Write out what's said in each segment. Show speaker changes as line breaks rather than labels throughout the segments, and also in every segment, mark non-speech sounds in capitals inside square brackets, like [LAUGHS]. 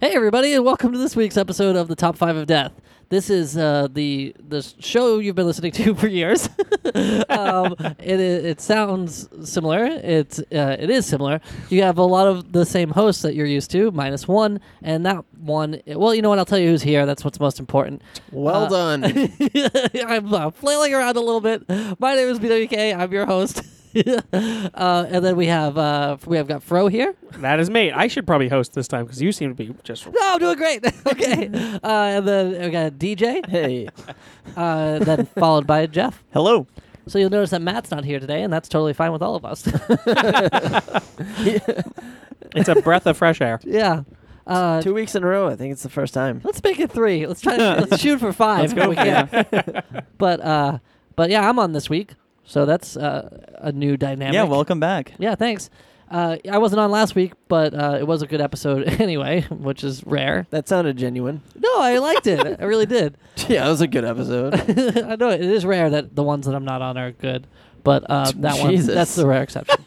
Hey everybody, and welcome to this week's episode of the Top Five of Death. This is uh, the the show you've been listening to [LAUGHS] for years. um, it i- it sounds similar. It's uh, it is similar. You have a lot of the same hosts that you're used to, minus one, and that one. Well, you know what? I'll tell you who's here. That's what's most important. [LAUGHS]
Well
Uh,
[LAUGHS] done.
I'm uh, flailing around a little bit. My name is BWK. I'm your host. [LAUGHS] uh, and then we have uh, we have got Fro here.
That is me. I should probably host this time because you seem to be just.
No, I'm doing great. [LAUGHS] okay. Uh, and then we got DJ,
hey.
uh, then followed by Jeff.
Hello.
So you'll notice that Matt's not here today, and that's totally fine with all of us. [LAUGHS]
It's a breath of fresh air.
yeah. Uh,
Two weeks in a row. I think it's the first time.
let's make it three. Let's [LAUGHS] try. let's shoot for 5
Let's
if
go
we
for
can. [LAUGHS] but uh, but yeah, I'm on this week, so that's uh, a new dynamic.
Yeah, welcome back.
Yeah, thanks. Uh, I wasn't on last week, but uh, it was a good episode [LAUGHS] anyway, which is rare.
That sounded genuine.
No, I liked it. I really did.
[LAUGHS] Yeah, that was a good episode.
[LAUGHS] I know it is rare that the ones that I'm not on are good, but
[LAUGHS]
uh, that one
Jesus.
that's the rare exception.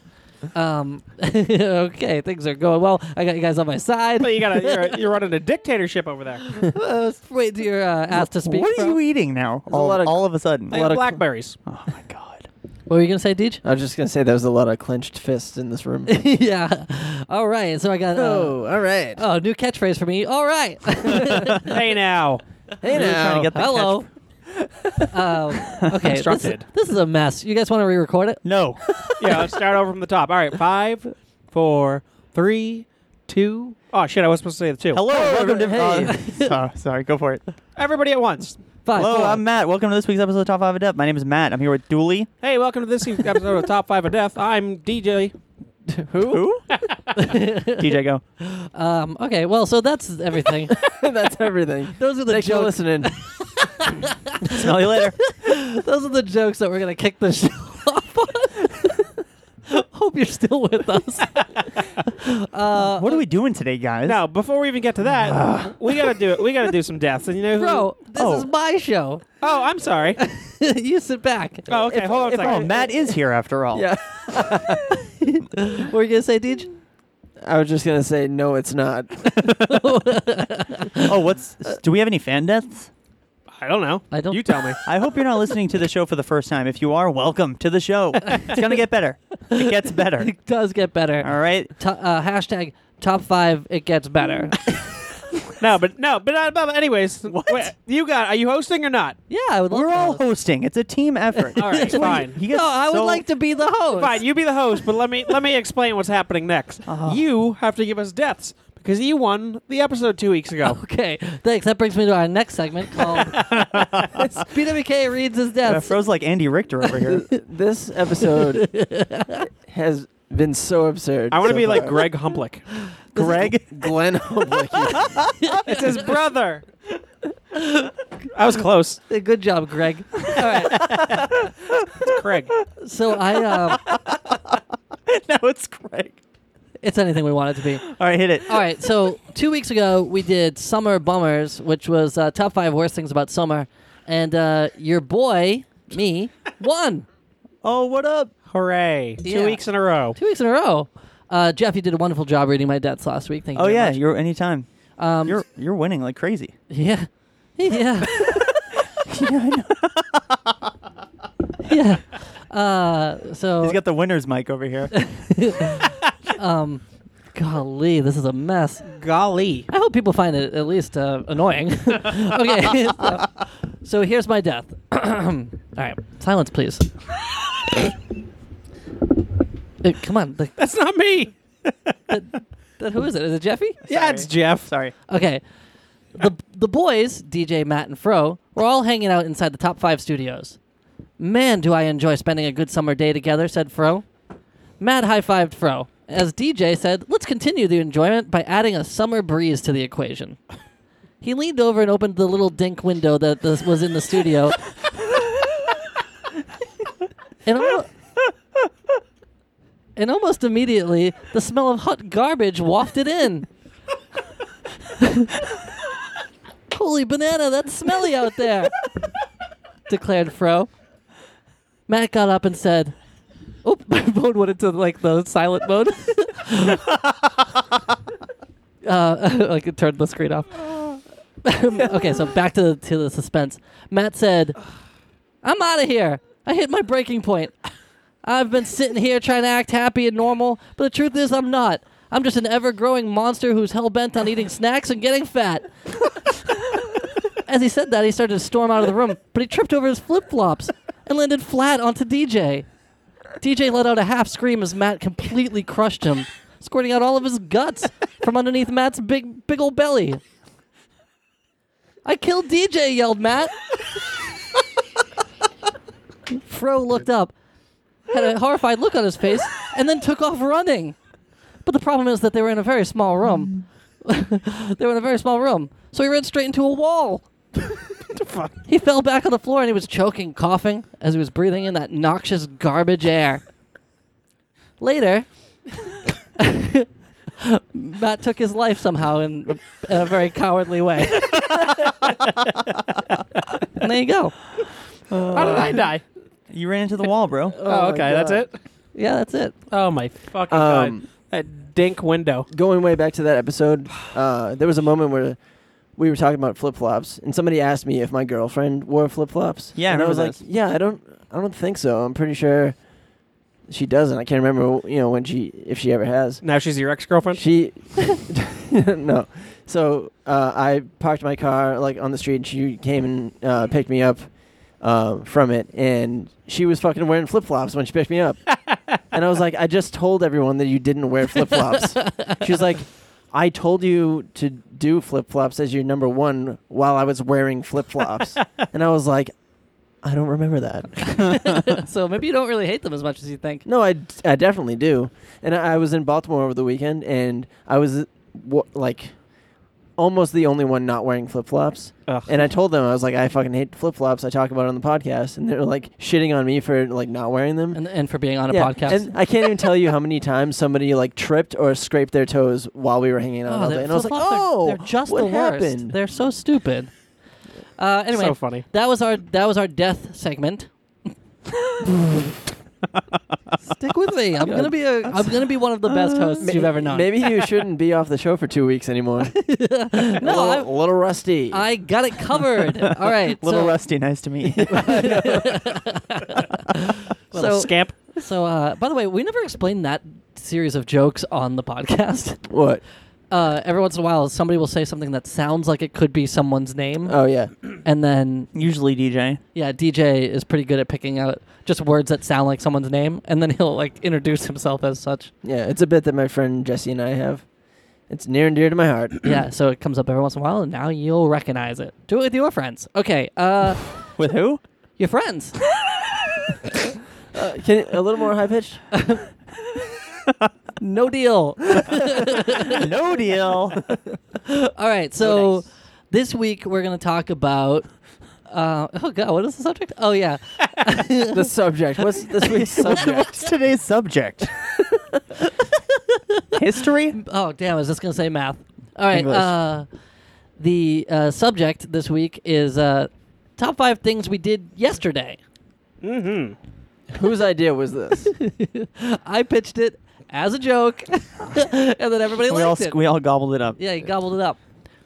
um, [LAUGHS] okay, things are going well. I got you guys on my side.
But you got
[LAUGHS]
you're, you're running a dictatorship over there. Like
Uh, wait, till you're uh, asked to speak.
What are
bro.
you eating now?
a
All,
lot of-
all of a sudden.
lot of-
blackberries.
[LAUGHS] oh my god.
What were you gonna say, Deej?
Uh.
I was just gonna say there was a lot of clenched fists in this room.
[LAUGHS] yeah. All right. So I got. Uh,
[LAUGHS] [LAUGHS] oh, all right.
Oh, new catchphrase for me. All right.
[LAUGHS] [LAUGHS] hey now.
hey
we were trying
now.
to get the
Hello. um, okay. This is,
Constructed.
this is a mess. You guys want to re-record it?
No.
Yeah, let's start over from the top. All right, five, four, three, two. Oh shit! I was supposed to say the two.
Hello. welcome to.
hey.
Uh, [LAUGHS] sorry, sorry. Go for it.
everybody at once.
Five.
Hello,
four.
I'm Matt. Welcome to this week's episode of Top Five of Death. My name is Matt. I'm here with Dooley.
Hey, welcome to this week's episode of Top Five of Death. I'm DJ.
Who?
[LAUGHS]
DJ, go.
Um, okay. Well, so that's everything.
That's [LAUGHS] everything.
[LAUGHS] Those are the
Thanks for
jokes.
listening.
Smell you later.
Those are the jokes that we're gonna kick the [LAUGHS] show off on. [LAUGHS] Hope you're still with [LAUGHS] us. uh,
What are we doing today, guys?
Now, before we even get to that, we gotta do it. We gotta do some deaths, and you know who?
bro, this
Oh.
is my show. [LAUGHS]
Oh, I'm sorry.
you sit back.
Oh, okay. hold on a
If-
second.
oh, Matt is here after
[LAUGHS]
all.
yeah.
what were you gonna say, Deej?
I was just gonna say no, it's [LAUGHS] not.
Oh, what's? Do we have any fan deaths?
I don't know.
I don't-
You tell me.
I hope you're not listening to the show for the first time. If you are, welcome to the show. It's gonna get better. It
[LAUGHS]
gets better.
It does get better.
All right.
To- uh, hashtag top five. It gets better.
No, but no, but, uh, but anyways, wait, you got? Are you hosting or not?
[LAUGHS] yeah, I would. Love
We're
to
all
[LAUGHS] host.
hosting. It's a team effort.
All right, fine.
He
No,
gets
I would
so-
like to be the host.
Fine, you be the host, but let me let me explain what's happening next. You have to give us deaths because you won the episode two weeks ago.
[LAUGHS] Okay, thanks. That brings me to our next segment
[LAUGHS]
called BWK reads his
Uh,
death.
froze like Andy Richter over
[LAUGHS]
here.
this episode [LAUGHS] has been so absurd.
I want to
so
be like
far.
Greg Humplick.
Greg,
[LAUGHS]
[LAUGHS]
Glenn. Hoblick.
it's his brother. I was close.
Uh, Good job, Greg. All right.
It's Craig.
So I, um,
now it's Greg.
it's anything we want it to be.
All right, hit it.
All right, so two weeks ago we did summer bummers, which was uh, top five worst things about summer, and uh, your boy me won
Oh, what up?
Hooray!
Yeah.
Two weeks in a row.
two weeks in a row. Uh, Jeff, you did a wonderful job reading my debts last week. Thank you.
Oh
very
yeah,
much.
you're anytime.
um,
You're you're winning like crazy.
yeah,
[LAUGHS]
yeah, yeah. Uh, so
He's got the winner's mic over
[LAUGHS]
here.
um, golly, this is a mess.
Golly.
I hope people find it at least uh, annoying. [LAUGHS] okay, [LAUGHS] so, so here's my death. [CLEARS THROAT] All right, silence,
[LAUGHS]
please. Uh, come on, the,
That's not me.
the- who is it? Is it Jeffy?
Yeah, it's Jeff.
Sorry.
Okay, the the boys, DJ, Matt, and Fro, were all hanging out inside the top five studios. Man, do I enjoy spending a good summer day together," said Fro. Matt high fived Fro as DJ said, "Let's continue the enjoyment by adding a summer breeze to the equation." He leaned over and opened the little dink window that this was in the studio. and, al- and almost immediately, the smell of hot garbage wafted in. Holy banana, that's smelly out there, declared Fro. Matt got up and said, Oh, [LAUGHS] my phone went into like the silent mode. [LAUGHS] Uh, [LAUGHS] I could turn the screen off. okay, so back to the, to the suspense. Matt said, "I'm out of here. I hit my breaking point. I've been sitting here trying to act happy and normal, but the truth is, I'm not. I'm just an ever-growing monster who's hell-bent on eating snacks and getting fat." As he said that, he started to storm out of the room, but he tripped over his flip-flops and landed flat onto DJ. DJ let out a half scream as Matt completely crushed him, squirting out all of his guts from underneath Matt's big, big old belly. I killed DJ, yelled Matt. Fro looked up, had a horrified look on his face, and then took off running. But the problem is that they were in a very small room. [LAUGHS] they were in a very small room, so he ran straight into a wall.
fuck?
He fell back on the floor and he was choking, coughing as he was breathing in that noxious garbage air. Later, [LAUGHS] Matt took his life somehow in a, in a very cowardly way. [LAUGHS] and there you go.
How did I die?
You ran into the wall, bro.
Oh, okay, that's it.
Yeah, that's it.
Oh my fucking god!
Um,
That dink window.
going way back to that episode, uh, there was a moment where we were talking about flip flops, and somebody asked me if my girlfriend wore flip flops.
Yeah, I
and I, was
remember
like, "Yeah, I don't, I don't think so. I'm pretty sure she doesn't. I can't remember, you know, when she, if she ever has."
Now she's your ex girlfriend.
She, [LAUGHS] no. So uh, I parked my car like on the street, and she came and uh, picked me up uh, from it, and she was fucking wearing flip flops when she picked me up, and I was like, I just told everyone that you didn't wear flip flops. she was like. I told you to do flip flops as your number one while I was wearing flip flops. and I was like, I don't remember that.
[LAUGHS] so maybe you don't really hate them as much as you think.
No, I, d- I definitely do. And I, I was in Baltimore over the weekend, and I was w- like almost the only one not wearing flip flops.
Ugh.
And I told them I was like, I fucking hate flip flops. I talk about it on the podcast, and they were like shitting on me for like not wearing them.
And, and for being on a
Yeah,
podcast.
and I can't even tell you how many times somebody like tripped or scraped their toes while we were hanging out
Oh,
all
they're-
day, and I was like,
flip-flops are-
"Oh,
they're just
what
the worst.
happened?"
They're so stupid. Uh, anyway,
so funny.
That was our that was our death segment. Stick with me. I'm gonna be a I'm gonna be one of the best hosts
May-
you've ever [LAUGHS] known.
Maybe you shouldn't be off the show for two weeks
[LAUGHS]
anymore. a
No,
little,
I-
little rusty.
I got it covered. All right.
Little
so,
rusty, nice
[LAUGHS]
to meet you.
Little
so,
scamp.
so uh, by the way, we never explained that series of jokes on the podcast.
what?
Uh, every once in a while, somebody will say something that sounds like it could be someone's name,
Oh yeah.
and then
Usually DJ.
yeah, DJ is pretty good at picking out just words that sound like someone's name, and then [LAUGHS] he'll like introduce himself as such.
Yeah, it's a bit that my friend Jesse and I have. It's near and dear to my heart.
yeah, so it comes up every once in a while, and now you'll recognize it. Do it with your friends. Okay, uh, [LAUGHS]
With who?
your friends.
Uh, can a little more high pitched?
No deal.
no deal. [LAUGHS]
All right, so this week we're gonna talk about. Uh, oh God, what is the subject? Oh yeah,
the subject. What's this week's subject?
What's today's subject?
[LAUGHS]
History?
Oh damn, I was just gonna say math. All right.
English.
Uh, the uh, subject this week is uh, top five things we did yesterday.
Mm-hmm.
Whose idea was this?
[LAUGHS] I pitched it as a joke, [LAUGHS] and then everybody
We all,
liked
s-
it.
we all gobbled it up.
Yeah, he gobbled it up.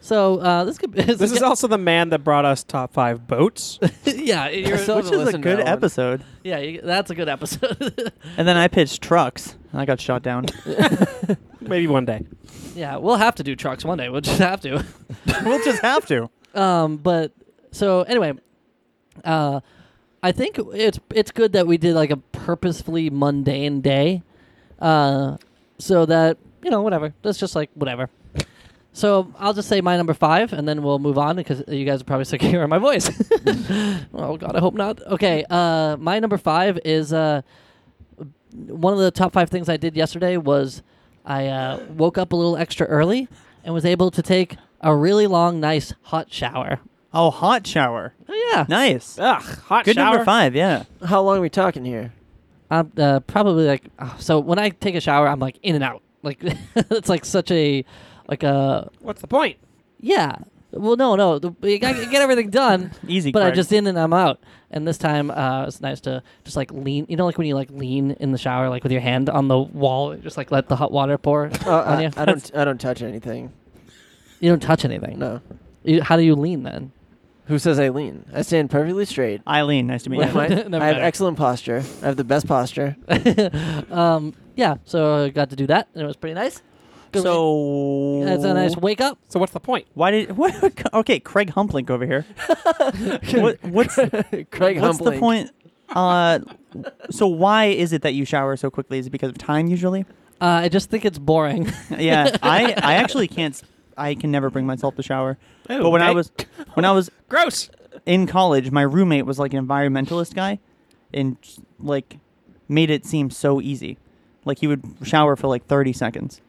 So uh, this could be. [LAUGHS]
This is also the man that brought us top five boats.
yeah, you're,
still
Which
haven't
is a
listened to
good
that one.
episode.
yeah, you, that's a good episode. [LAUGHS]
And then I pitched trucks. And I got shot down.
Maybe one day.
yeah, we'll have to do trucks one day. We'll just have to.
[LAUGHS] we'll just have to.
Um, but so anyway, uh, I think it's it's good that we did like a purposefully mundane day, uh, so that you know whatever. That's just like whatever. So I'll just say my number five, and then we'll move on because you guys are probably sick of hearing my voice. [LAUGHS] oh God, I hope not. Okay, uh, my number five is uh, one of the top five things I did yesterday was I uh, woke up a little extra early and was able to take a really long, nice hot shower.
Oh, hot shower.
Oh yeah,
Nice.
Ugh, hot
Good
shower.
number five, yeah.
How long are we talking here?
I'm uh, probably like oh, so. When I take a shower, I'm like in and out. Like [LAUGHS] it's like such a like a
What's the point?
yeah. Well, no, no. The, you gotta get everything [LAUGHS] done,
Easy.
but I
Craig.
just in and I'm out. And this time, uh, it's nice to just like lean. You know, like when you like lean in the shower, like with your hand on the wall, just like let the hot water pour
[LAUGHS] Uh,
on you.
I, I don't. I don't touch anything.
You don't touch anything.
No.
You, how do you lean then?
Who says I lean? I stand perfectly straight.
Eileen, nice to meet
With
you.
my-
Never
I have
mind.
excellent posture. I have the best posture.
um, yeah, so I got to do that, and it was pretty nice. Good-
So
that's a nice wake up.
So what's the point?
Why did what? [LAUGHS] Okay, Craig Humplink
[LAUGHS]
over here. what, what's
Craig
what's the
Humplink.
point? Uh, so why is it that you shower so quickly? Is it because of time usually?
Uh, I just think it's boring.
[LAUGHS]
[LAUGHS]
Yeah, I I actually can't. s- I can never bring myself to shower.
Oh,
but when I
okay.
was when I was
Gross.
in college, my roommate was like an environmentalist guy, and like made it seem so easy. Like he would shower for like thirty seconds,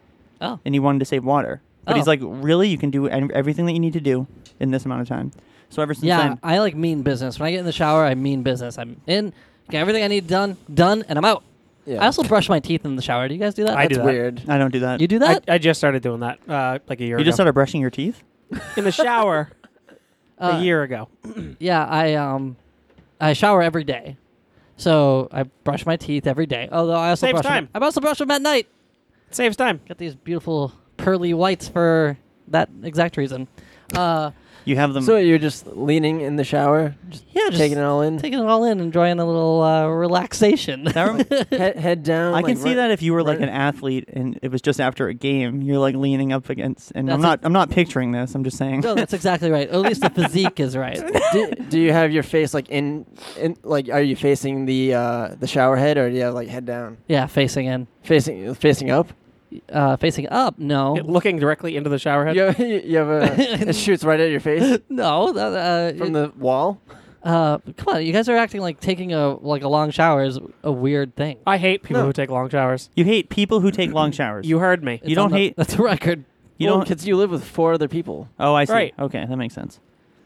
oh,
and he wanted to save water. But he's
Oh.
like, really, you can do ev- everything that you need to do in this amount of time. So ever since
yeah,
then,
I like mean business. When I get in the shower, I mean business. I'm in, get everything I need done, done, and I'm out.
Yeah.
I also brush my teeth in the shower. Do you guys do that?
I do
That's
that.
weird.
I don't do that.
You do
I,
that?
I just started doing that uh, like a year
You
ago.
just started brushing your teeth?
in the shower
Uh,
a year ago.
Yeah, I um, I shower every day, so I brush my teeth every day. Although I also
Saves
brush
time.
Them. I also brush them at night.
saves time.
Got these beautiful pearly whites for that exact reason. Uh,
You have them.
So you're just leaning in the shower, just
yeah, just
taking it all in,
taking it all in, enjoying a little uh, relaxation.
that
[LAUGHS]
rem-
head, head down.
I
like,
can see
right-
that if you were like
right-
an athlete and it was just after a game, you're like leaning up against. And I'm
That's
not. i I'm not picturing this. I'm just saying.
no, that's exactly right. At least the physique is right.
do, do you have your face like in, in like are you facing the uh the shower head or do you have like head down
Yeah, facing in,
facing facing up
uh, facing up. No,
Looking directly into the shower head.
you have, [LAUGHS] you have a it shoots right at your face
no. that- uh,
from
it-
the wall
uh, come on, you guys are acting like taking a like a long shower is a weird thing.
Uh,
I hate people
No.
who take long showers.
You hate people who take long showers.
You heard me.
It's
don't
on the-
hate-
that's a
[LAUGHS]
record.
You
Well,
don't.
'cause you live with four other people
Oh, I see.
Right.
Okay, that makes sense.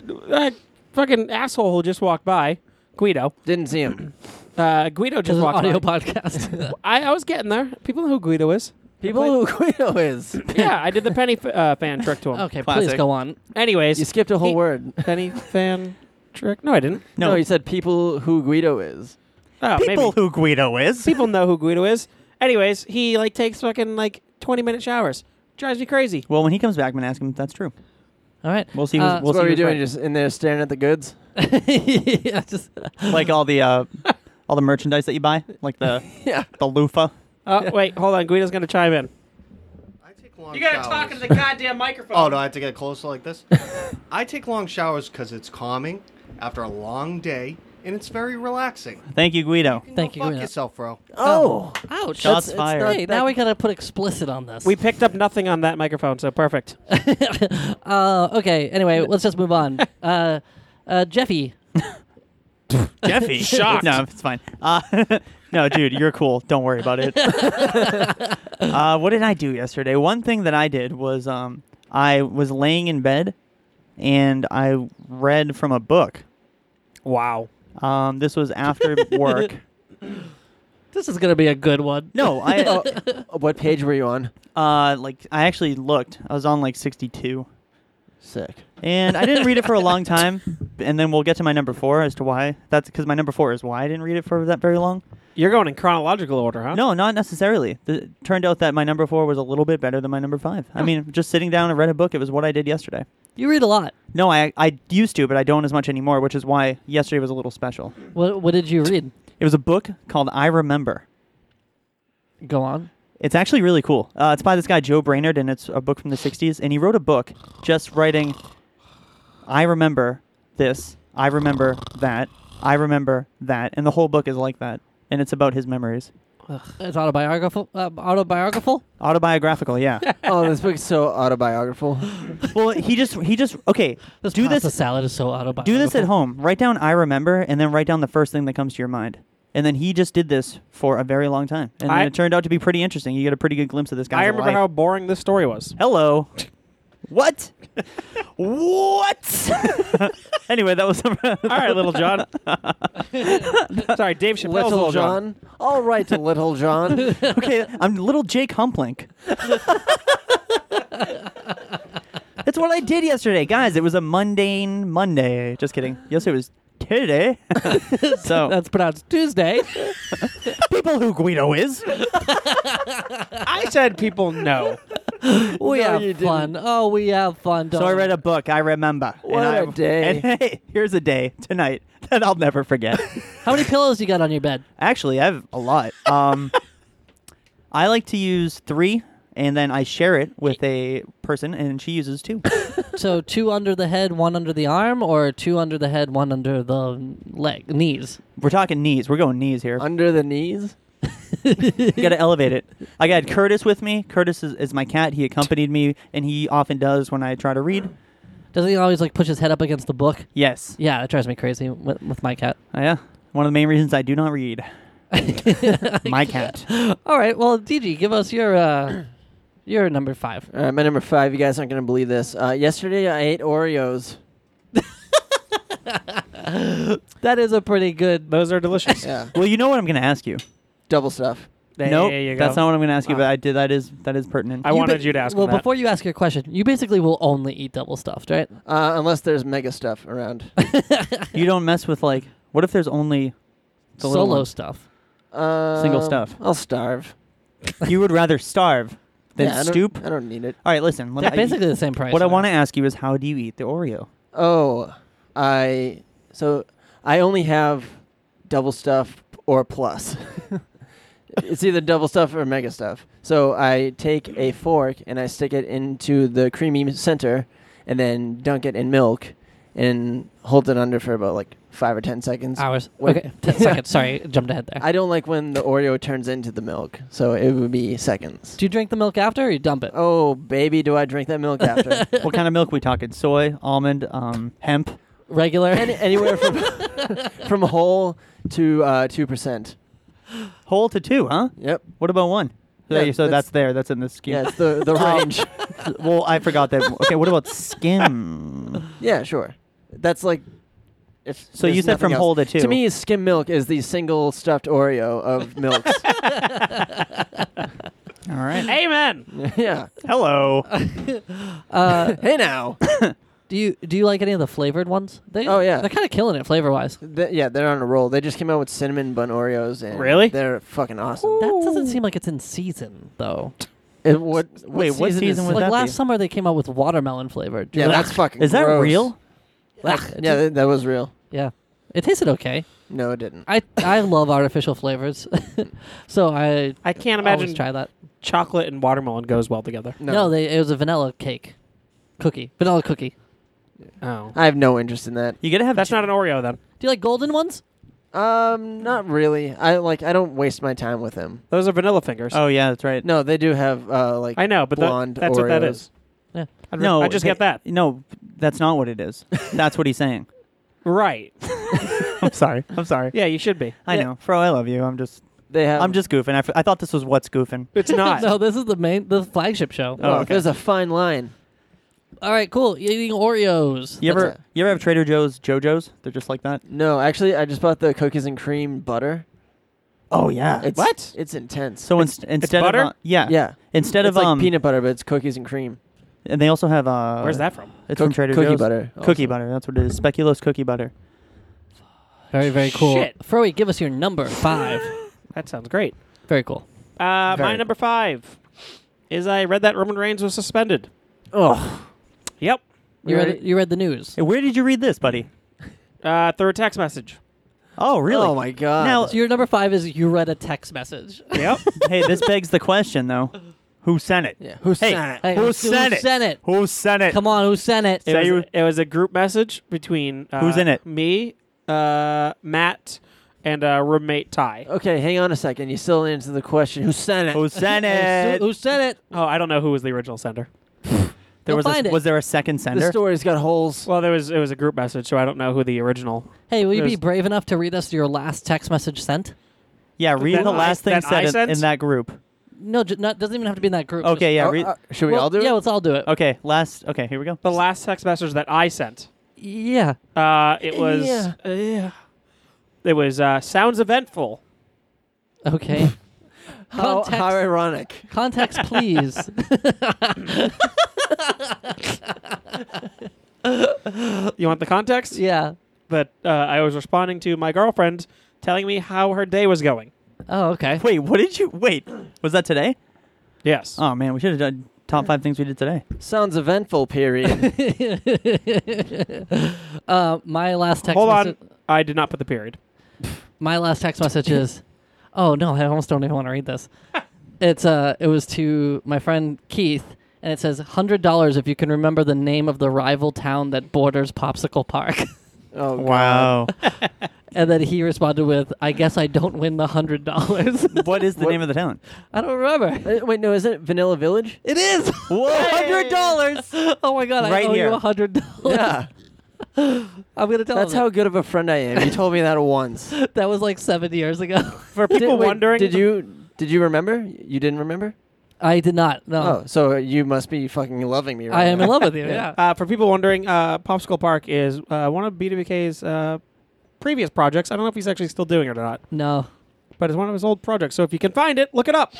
That fucking asshole who just walked by, Guido.
didn't see him
Uh, Guido
Just
just
an
walked
audio
by.
[LAUGHS]
podcast.
I, I was getting there. People know who Guido is.
people who Guido is
yeah, I did the penny f- uh, fan trick
[LAUGHS]
to
[LAUGHS]
him.
okay, please
Classic.
go on.
Anyways,
you skipped a whole
He-
word
penny [LAUGHS] fan trick. No, I didn't.
No,
you said people who Guido is
Oh, maybe.
people who Guido is.
people know who Guido is. Anyways, he like takes fucking like twenty minute showers. Drives me crazy.
Well, when he comes back, I'm gonna ask him if that's true.
All right. [LAUGHS]
We'll see. Who's,
Uh,
we'll
so what
see
are you
who's
doing
right.
just in there staring at the goods
yeah, just
like all the uh, all the merchandise that you buy, like the
yeah
the loofah.
Oh [LAUGHS] wait, hold on. Guido's gonna chime in.
I take long showers.
goddamn microphone.
[LAUGHS] Oh, do I have to get closer like this? I take long showers because it's calming after a long day and it's very relaxing.
Thank you, Guido.
can
Thank
go
you,
Fuck
Guido.
yourself, bro.
oh
ouch.
Shots
That's-
fired.
Hey, now we gotta put explicit on this.
We picked up nothing on that microphone, so perfect.
uh, okay.
[LAUGHS]
Anyway, let's just move on. Uh, uh, Jeffy.
[LAUGHS] Jeffy.
Shocked.
No, it's fine. Uh, [LAUGHS] no, dude, you're cool. Don't worry about it. uh, what did I do yesterday? One thing that I did was um, I was laying in bed and I read from a book.
[LAUGHS] Wow.
Um, this was after work.
This is gonna be a good one.
No, I
Oh, what page were you on
uh, like I actually looked. I was on like 62.
sick
And I didn't read it for a long time, and then we'll get to my number four as to why. That's because my number four is why I didn't read it for that very long.
You're going in chronological order, huh?
No, not necessarily. Th- It turned out that my number four was a little bit better than my number five. I mean, just sitting down and read a book, it was what I did yesterday.
[LAUGHS] You read a lot.
No, I, I used to, but I don't as much anymore, which is why yesterday was a little special.
What What did you read?
It was a book called I Remember.
Go on.
It's actually really cool. Uh, it's by this guy, Joe Brainerd, and it's a book from the 60s. And he wrote a book just writing, I remember this, I remember that, I remember that. And the whole book is like that. And it's about his memories.
It's autobiographical. Uh, autobiographical.
Autobiographical, yeah.
oh this book's so autobiographical
well, he just, he just, okay,
This
do
pasta
this
salad is so autobiographical.
Do this at home. Write down I remember and then write down the first thing that comes to your mind. And then he just did this for a very long time. And
I-
then it turned out to be pretty interesting. You get a pretty good glimpse of this guy's
I remember
life.
how boring this story was.
Hello. what? what? [LAUGHS] anyway, that was
[LAUGHS] All right, Little John. [LAUGHS] Sorry, Dave Chappelle's Little,
Little
John.
John. All right, Little John.
[LAUGHS] okay, I'm little Jake Humplink. [LAUGHS] That's what I did yesterday, guys. It was a mundane Monday. Just kidding. Yesterday was today. [LAUGHS]
[LAUGHS]
so
That's pronounced [LAUGHS] Tuesday.
people who Guido is.
I said people know.
we
No,
have
you didn't.
fun. Oh, we have fun. Don't
So I
we?
read a book. I remember. [LAUGHS] And
What
I-
a day.
And hey, here's a day tonight [LAUGHS] that I'll never forget. [LAUGHS]
How many pillows you got on your bed?
Actually, I have a lot. Um, [LAUGHS] I like to use three, and then I share it with a person, and she uses two.
[LAUGHS] So two under the head, one under the arm, or two under the head, one under the leg, knees.
We're talking knees. We're going
[LAUGHS]
knees here.
Under the knees?
You gotta elevate it. I got Curtis with me. Curtis is, is my cat. He accompanied me, and he often does when I try to read.
Doesn't he always like push his head up against the book?
Yes.
Yeah, it drives me crazy with, with my cat. [LAUGHS]
Oh, yeah. One of the main reasons I do not read. my cat.
All right, well, DG, give us your uh, [CLEARS THROAT] your number five.
All right, Uh, my number five. You guys aren't going to believe this. Uh, yesterday, I ate Oreos.
That is a pretty good.
Those are delicious. [LAUGHS]
Yeah.
Well, you know what I'm gonna ask you.
Double stuff.
There
nope,
you go.
that's not what I'm gonna ask you.
Wow.
But I did. That is that is pertinent.
I wanted you to ask
Well,
him that.
before you ask your question, you basically will only eat double stuffed, right?
Uh, unless there's mega stuff
[LAUGHS]
around.
you don't mess with like. What if there's only the little
Solo
ones?
stuff.
Um,
stuff.
I'll starve.
You would rather starve than
Yeah, I don't-
stoop.
I don't need it.
All right, listen. Let
They're
me,
basically the same price.
what I want to ask you is, how do you eat the Oreo?
Oh, I so I only have double stuff or plus. [LAUGHS] it's either double stuff or mega stuff. So I take a fork and I stick it into the creamy center, and then dunk it in milk, and hold it under for about like five or ten seconds.
hours.
[LAUGHS] Wait.
Okay, [LAUGHS] ten seconds. Sorry, jumped ahead there.
I don't like when the Oreo turns into the milk, so it would be seconds.
Do you drink the milk after or you dump it?
Oh baby, do I drink that milk after? [LAUGHS]
what kind of milk we talking? Soy, almond, um, hemp.
Regular.
Any,
[LAUGHS]
anywhere from [LAUGHS] from whole to uh, two percent.
Whole to two, huh?
Yep.
What about one? So,
Yeah,
so
that's-
that's, there. That's in the scheme. [LAUGHS]
Yeah, it's the [LAUGHS] the
Oh.
[LAUGHS]
[LAUGHS]
Um,
range.
well, I forgot that. Okay, what about skim?
Yeah, sure. That's like if
So you
there's
said
nothing
from
else.
whole to two.
To me, skim milk is the single stuffed Oreo [LAUGHS] of milks.
All
[LAUGHS]
right.
Amen.
yeah.
Hello.
Hey now.
[LAUGHS] do you do you like any of the flavored ones? They,
Oh, yeah.
They're kind of killing it flavor wise.
Th- yeah, they're on a roll. They just came out with cinnamon bun Oreos and
Really?
they're fucking awesome.
That doesn't seem like it's in season though.
And what,
Wait, what
is
season
this?
Would was-
like
that
last
be-
summer, they came out with watermelon flavored.
Yeah,
Ugh.
that's fucking.
Is that
gross.
real?
Ugh.
Ugh, yeah, that, that was real.
yeah. It tasted okay.
No, it didn't.
I I love artificial flavors, [LAUGHS] so I
I can't
always
imagine
try that.
chocolate and watermelon goes well together.
No,
No,
they, it was a vanilla cake, cookie, vanilla cookie.
Oh.
I have no interest in that.
You gotta have.
That's
ch-
not an Oreo then.
Do you like golden ones?
Um, not really. I like. I don't waste my time with them.
Those are vanilla fingers.
Oh yeah, that's right.
No, they do have uh like.
I know, but tha-
blonde
that's what that
Oreos.
is.
Yeah.
I'd re-
No,
I just get that.
No, that's not what it is. That's what
[LAUGHS]
he's saying.
Right.
I'm sorry. I'm sorry.
Yeah, you should be.
I [LAUGHS] know, Fro. I love you. I'm just.
They have.
I'm just goofing. I, f- I thought this was what's goofing.
It's not.
no, this is the main, the flagship show.
Oh,
Oh, okay.
there's a fine line.
All right, cool. You're eating Oreos.
You ever
That's
you ever have Trader Joe's JoJo's? They're just like that.
No, actually, I just bought the cookies and cream butter.
Oh yeah.
It's,
What?
It's intense.
so inst- instead
butter?
of uh, yeah
yeah,
instead
it's
of
like
um
peanut butter, but it's cookies and cream.
and they also have uh
Where's that from?
It's
Cook-
from Trader
cookie
Joe's.
butter.
Cookie
also.
butter. That's what it is. Speculoos cookie butter.
Very, very cool.
Shit.
Froey, give us your number
[LAUGHS]
five.
That sounds great.
very cool.
Uh, my
Very.
number five is I read that Roman Reigns was suspended.
Oh,
Yep.
You
We
read,
ready?
you read the news.
Hey, Where did you read this, buddy?
Uh, through a text message.
Oh really?
Oh my god.
Now-
So your number five is you read a text message.
Yep.
[LAUGHS] hey, this begs the question though. Who sent it?
yeah. Who
Hey.
sent it?
Hey,
Who
who
sent it?
sent it?
Who sent it?
Come on, who sent it?
It
Say
was,
you-
it was a group message between uh,
Who's in it?
Me, uh, Matt, and uh, roommate Ty.
Okay, hang on a second. You still answer the question. Who sent it?
Who sent
Hey,
it?
who- who sent it?
Oh, I don't know who was the original sender.
There
You'll
was a-
find it.
was there a second
the
sender?
story's got holes.
Well, there was it was a group message, so I don't know who the original.
Hey, will you be
There's-
brave enough to read us your last text message sent?
Yeah, read
That
the
I-
last thing
that I
said in-
sent?
in that group.
No, ju- not, doesn't even have to be in that group.
Okay, yeah,
Oh,
read.
uh, should we
Well,
all do
yeah,
it?
let's all do it.
Okay, last. Okay, here we go.
The last text message that I sent.
Yeah.
Uh, it was.
Yeah.
uh, yeah. It was uh, sounds eventful.
Okay.
[LAUGHS]
[LAUGHS]
How,
context,
how ironic. [LAUGHS]
context, please.
You want the context?
yeah.
But uh, I was responding to my girlfriend telling me how her day was going.
Oh, okay.
[LAUGHS]
Wait, what did you? Wait, was that today?
Yes.
Oh man, we should have done Top five things we did today.
Sounds
[LAUGHS]
eventful. Period.
uh, my last text.
Hold on.
message-
I did not put the period.
My last text message is, oh no, I almost don't even want to read
[LAUGHS]
this. It's uh, it was to my friend Keith, and it says hundred dollars if you can remember the name of the rival town that borders Popsicle Park. [LAUGHS]
oh God. [LAUGHS]
Wow.
and then he responded with, I guess I don't win the hundred dollars. [LAUGHS]
what is the
What-
name of the town?
I don't remember.
Uh, wait, no, is it Vanilla Village?
It is [LAUGHS]
Whoa.
hundred [LAUGHS] dollars. Oh my god,
Right
I owe
here.
you hundred dollars.
Yeah,
I'm gonna tell
that's
him
how good of a friend I am. You told me that
[LAUGHS]
once.
that. [LAUGHS] that was like seven years ago. [LAUGHS]
For people
Did- wait,
wondering,
Did you did you remember? You didn't remember?
I did not. No.
Oh, so you must be fucking loving me. Right
I am
now.
in love with you.
[LAUGHS]
Yeah.
Yeah.
Uh, for people wondering, uh, Popsicle Park is uh, one of BWK's uh, previous projects. I don't know if he's actually still doing it or not,
No. [LAUGHS]
but it's one of his old projects. So if you can find it, look it up.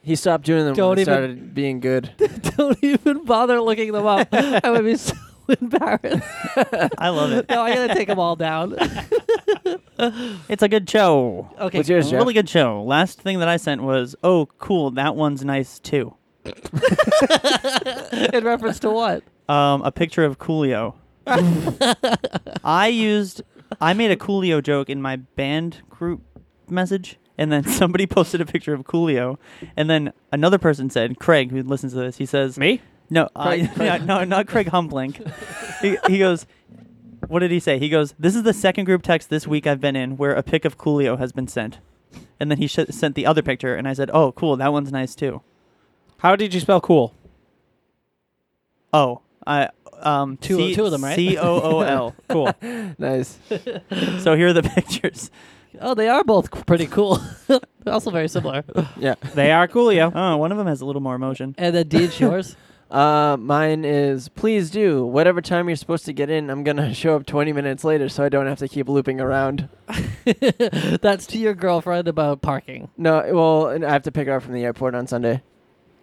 He stopped doing them.
Don't
when he
even-
started
[LAUGHS]
being good.
Don't even bother looking them up. I would be [LAUGHS] so embarrassed. [LAUGHS]
I love
[LAUGHS]
it.
No, I gotta take them all down. [LAUGHS]
It's a good show.
Okay.
What's yours, Jeff?
Really good show. Last thing that I sent was, oh, cool, that one's nice too.
[LAUGHS] In reference to what?
Um, a picture
[LAUGHS]
of Coolio. I used, I made a Coolio joke in my band group message, and then [LAUGHS] somebody posted a picture of Coolio, and then another person said, Craig, who listens to this, he says,
Me?
No, I, [LAUGHS] yeah, no, not Craig Humblink. he, he goes, what did he say? He goes, this is the second group text this week I've been in where a pic of Coolio has been sent. And then he sh- sent the other picture, and I said, oh, cool, that one's nice too.
How did you spell cool?
Oh, I um
Two- two of them, right?
C O O L.
Cool.
nice.
So here are the [LAUGHS] pictures.
Oh, they are both c- pretty cool. [LAUGHS] They're also very similar.
Yeah.
they are Coolio.
Oh, one of them has a little more emotion.
And then Dean's yours. [LAUGHS]
Uh, mine is please do whatever time you're supposed to get in. I'm gonna [LAUGHS] show up 20 minutes later, so I don't have to keep looping around.
That's to your girlfriend about parking.
No, well, and I have to pick her up from the airport on Sunday.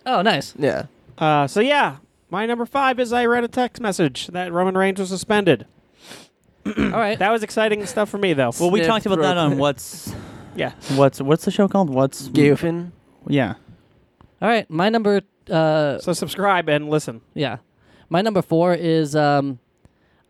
Oh,
[CLEARS THROAT]
nice.
Yeah.
Uh, so yeah, my number five is I read a text message that Roman Reigns was suspended.
All right.
That was exciting stuff for me, though.
Well, we
Sniff
talked about that
throat.
on what's
yeah.
what's what's the show called? What's
Goofing.
Yeah.
All right. My number uh
So subscribe and listen.
Yeah. My number four is um,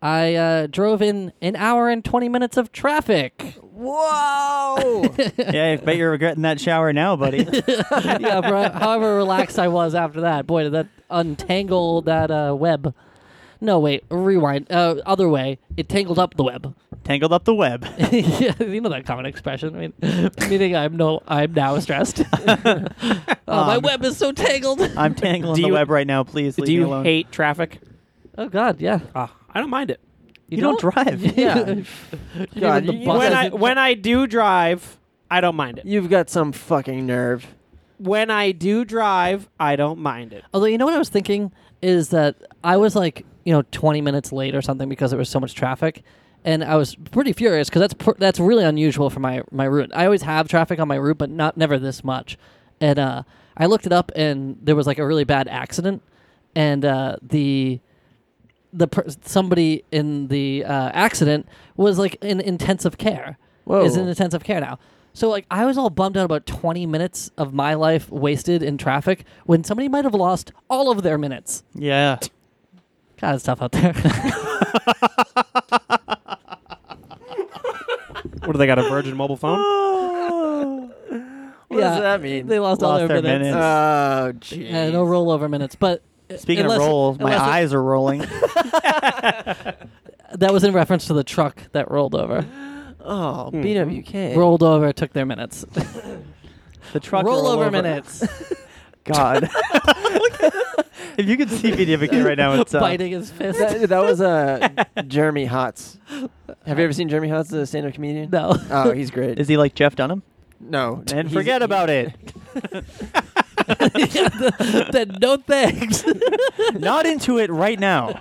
I uh, drove in an hour and 20 minutes of traffic.
Whoa.
yeah, I bet you're regretting that shower now, buddy.
yeah, for however relaxed I was after that. Boy, did that untangle that uh, web. No, wait, rewind. Uh, other way, it tangled up the web. [LAUGHS]
Tangled up the web.
yeah, you know that common expression. I mean, [LAUGHS] meaning I'm no, I'm now stressed. [LAUGHS] oh, my web is so tangled.
[LAUGHS] I'm tangling
Do
the
you-
web right now. Please leave
Do
me
you
alone.
hate traffic?
Oh God, yeah.
Ah, I don't mind it.
you,
[LAUGHS]
don't, drive.
yeah. God,
the
you-
bus
When
is-
I when I do drive, I don't mind it.
You've got some fucking nerve.
When I do drive, I don't mind [LAUGHS] it.
Although you know what I was thinking is that I was like you know 20 minutes late or something because there was so much traffic, and I was pretty furious because that's pr- that's really unusual for my my route. I always have traffic on my route, but not never this much. And uh, I looked it up, and there was like a really bad accident, and uh, the the per- somebody in the uh, accident was like in intensive care.
Whoa.
Is in intensive care now. So like I was all bummed out about 20 minutes of my life wasted in traffic when somebody might have lost all of their minutes.
Yeah.
God, it's tough out there. [LAUGHS]
What do they got? A Virgin mobile phone?
What
Yeah,
does that mean?
they lost, all
Lost
their,
their
minutes. Uh,
minutes.
Oh, jeez.
Yeah, no rollover minutes. But uh,
Speaking
unless-
of roll, my
unless it-
eyes are rolling.
that was in reference to the truck that rolled over.
Oh, BWK.
Rolled over, took their minutes.
The truck
rollover
roll over.
minutes.
God. if you could see BDVK right now, it's uh,
biting his fist.
[LAUGHS]
[LAUGHS]
that, that was uh, Jeremy Hotz. Have you ever seen Jeremy Hotz, the stand-up comedian?
no. [LAUGHS]
Oh, he's great.
Is he like Jeff Dunham?
no,
And
he's-
forget about it.
then no thanks. [LAUGHS]
Not into it right now.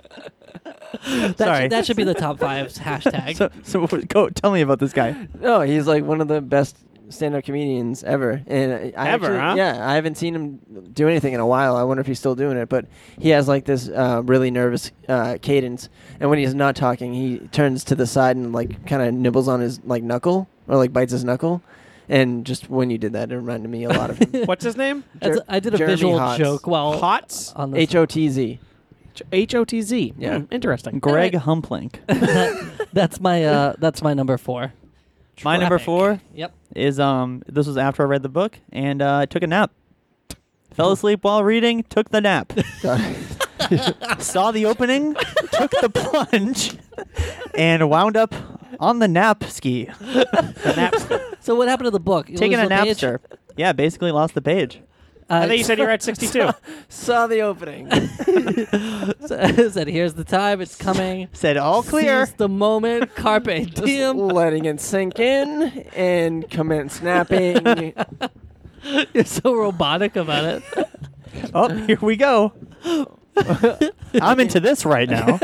That,
Sorry.
Should, that should be the top fives hashtag.
So, so w- go tell me about this guy.
No, Oh, he's like one of the best stand-up comedians ever. And I I
Ever,
actually-
huh?
Yeah, I haven't seen him do anything in a while. I wonder if he's still doing it. But he has like this uh, really nervous uh, cadence, and when he's not talking, he turns to the side and like kind of nibbles on his like knuckle or like bites his knuckle. And just when you did that, it reminded me a lot of him.
What's his name?
That's-
Jer-
I did a
Jeremy
visual
Hotz.
joke while
Hotz?
on this.
H O T Z.
H O T Z.
Yeah.
Hmm, interesting.
Greg
Alright.
Humplink.
[LAUGHS] That- that's my uh, that's my number four.
My number
Traffic.
four
Yep.
is um this was after I read the book and uh, I took a nap. Fell asleep while reading, took the nap. [LAUGHS] Saw the opening, took the plunge, and wound up on the nap ski.
The Napster.
So what happened to the book? It
Taking a
was
nap,
page-
sir. Yeah, basically lost the page.
Uh,
I
[LAUGHS]
think you said you were at 62.
Saw the opening.
[LAUGHS] said, "Here's the time. It's coming.
Said [LAUGHS] all clear.
Seize the
[LAUGHS]
moment. Carpe
Just
diem."
letting it sink in and commence snapping.
You're so robotic about
[LAUGHS]
it.
Oh, here we
[LAUGHS]
go. I'm into this right now.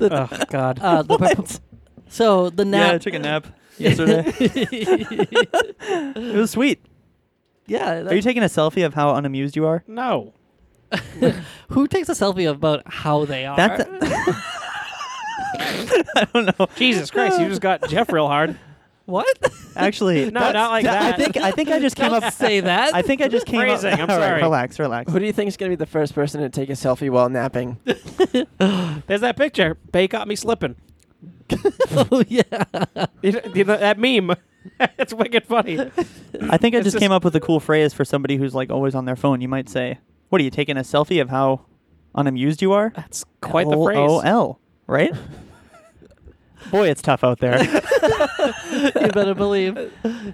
oh, God.
[LAUGHS] Uh, the purpo- so the
Yeah, I
nap.
took a nap
[LAUGHS]
yesterday. it was sweet.
yeah.
Are you taking a selfie of how unamused you are?
no.
who takes a selfie about how they are?
That's [LAUGHS] I don't know.
Jesus Christ, you just got Jeff real hard.
[LAUGHS] what?
[LAUGHS]
Actually,
No,
that-
not like
I
that.
think I think I just came
[LAUGHS]
up.
Don't say that.
I think I just came
Phrasing,
up.
I'm
[LAUGHS] All right,
sorry.
relax, relax.
Who do you think is going to be the first person to take a selfie while napping?
There's that picture. Bay caught me slipping.
[LAUGHS] oh yeah.
You know, you know, that meme. [LAUGHS] it's wicked funny.
I think I
It's
just
just-
came up with a cool phrase for somebody who's like always on their phone. You might say, "What are you taking a selfie of how unamused you are?"
That's Uh, quite the phrase.
LOL, right?
[LAUGHS]
Boy, it's tough out there.
You better believe.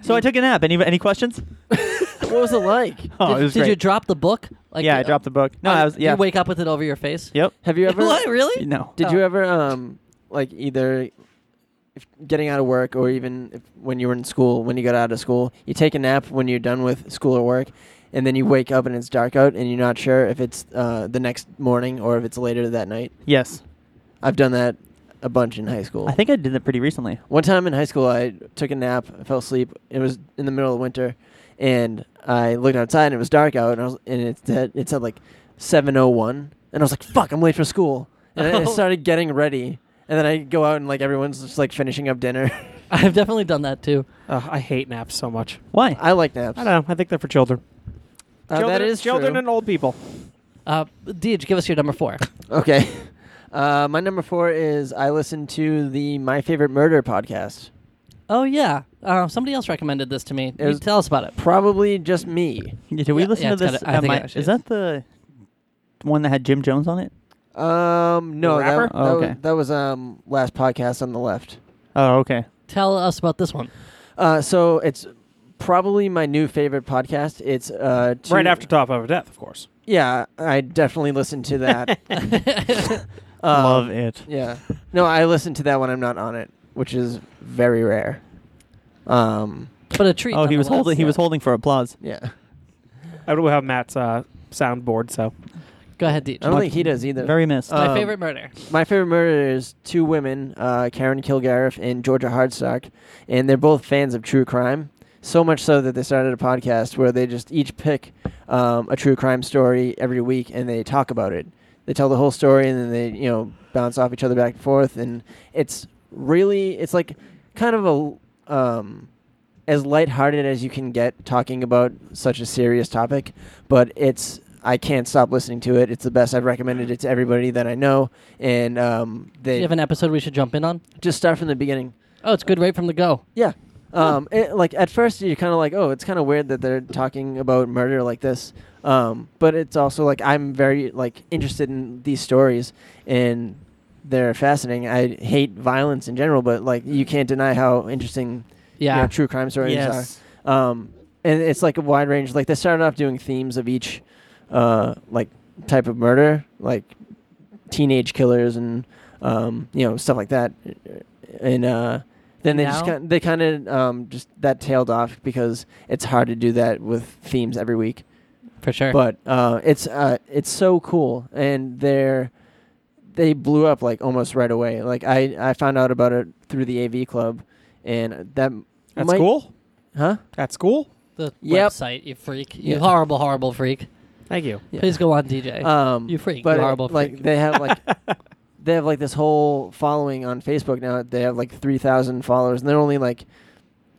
so I took a nap. Any any questions?
What was it like?
Oh,
did
it was
did
great.
you drop the book? Like,
yeah, I
uh,
dropped the book. No,
uh,
I was yeah.
You wake up with it over your face.
Yep.
Have
[LAUGHS]
you ever?
What really?
No.
Did
Oh.
you ever um like either if getting out of work or even if, when you were in school when you got out of school you take a nap when you're done with school or work and then you wake up and it's dark out and you're not sure if it's uh, the next morning or if it's later that night.
Yes.
I've done that a bunch in high school.
I think I did that pretty recently.
One time in high school, I took a nap. I fell asleep. It was in the middle of winter, and I looked outside and it was dark out, and, I was, and it said it said like seven oh one, and I was like, "Fuck, I'm late for school," and
[LAUGHS]
I- I
Oh.
started getting ready, and then I go out and like everyone's just like finishing up dinner. [LAUGHS]
I've definitely done that too.
Ugh, I hate naps so much.
Why?
I like naps.
I don't know. I think they're for children.
Uh,
children
that is
children
true.
and old people.
Uh, Deej, give us your number four.
okay. Uh, my number four is I listen to the My Favorite Murder podcast.
Oh yeah, uh, somebody else recommended this to me.
It
You
was-
tell us about it.
Probably just me.
Yeah, did we
Yeah,
listen
yeah,
to
it's got
this?
it. I
uh,
think
my-
it actually
is
is.
that the one that had Jim Jones on it?
Um, no, that,
Rapper? Oh,
that, was-
Okay.
that was um last podcast on the left.
Oh, okay.
Tell us about this one.
Uh, so it's probably my new favorite podcast. It's uh, two,
Right after Top of Death, of course.
Yeah, I definitely listen to that.
[LAUGHS]
[LAUGHS] um,
Uh,
Love it.
Yeah, no, I listen to that when I'm not on it, which is very rare. Um,
But a treat.
Oh, he was
nonetheless.
holding. He was holding for applause.
yeah,
I don't have Matt's uh, soundboard, so.
Go ahead, Deej.
I don't think he does either.
Very missed.
my
um,
favorite murder.
My favorite murder is two women, uh, Karen Kilgariff and Georgia Hardstock, and they're both fans of true crime. So much so that they started a podcast where they just each pick um, a true crime story every week and they talk about it. They tell the whole story and then they you know bounce off each other back and forth, and it's really it's like kind of a um, as lighthearted as you can get talking about such a serious topic, but it's I can't stop listening to it. It's the best. I've recommended it to everybody that I know, and um,
Do
they
you have an episode we should jump in on?
just start from the beginning.
Oh, it's good right from the go.
Yeah. Um, it, like at first you're kind of like, oh, it's kind of weird that they're talking about murder like this. Um, but it's also like I'm very like interested in these stories and they're fascinating. I hate violence in general, but like you can't deny how interesting you
Yeah.
know, true crime stories
Yes.
are. Um, and it's like a wide range. Like they started off doing themes of each uh, like type of murder, like teenage killers and um, you know stuff like that. And uh, then they just
Now-
kind they kind of um, just that tailed off because it's hard to do that with themes every week.
for sure.
But uh, it's uh, it's so cool, and they're they blew up like almost right away. Like I, I found out about it through the AV Club, and that
At
might-
school?
huh?
At school?
the
Yep.
website, you freak. You
Yeah.
horrible, horrible freak.
Thank you.
Yeah.
Please go on, DJ.
Um,
You freak,
But
you
uh,
horrible
like
freak.
they have
[LAUGHS]
like they have like this whole following on Facebook now. They have like three thousand followers, and they're only like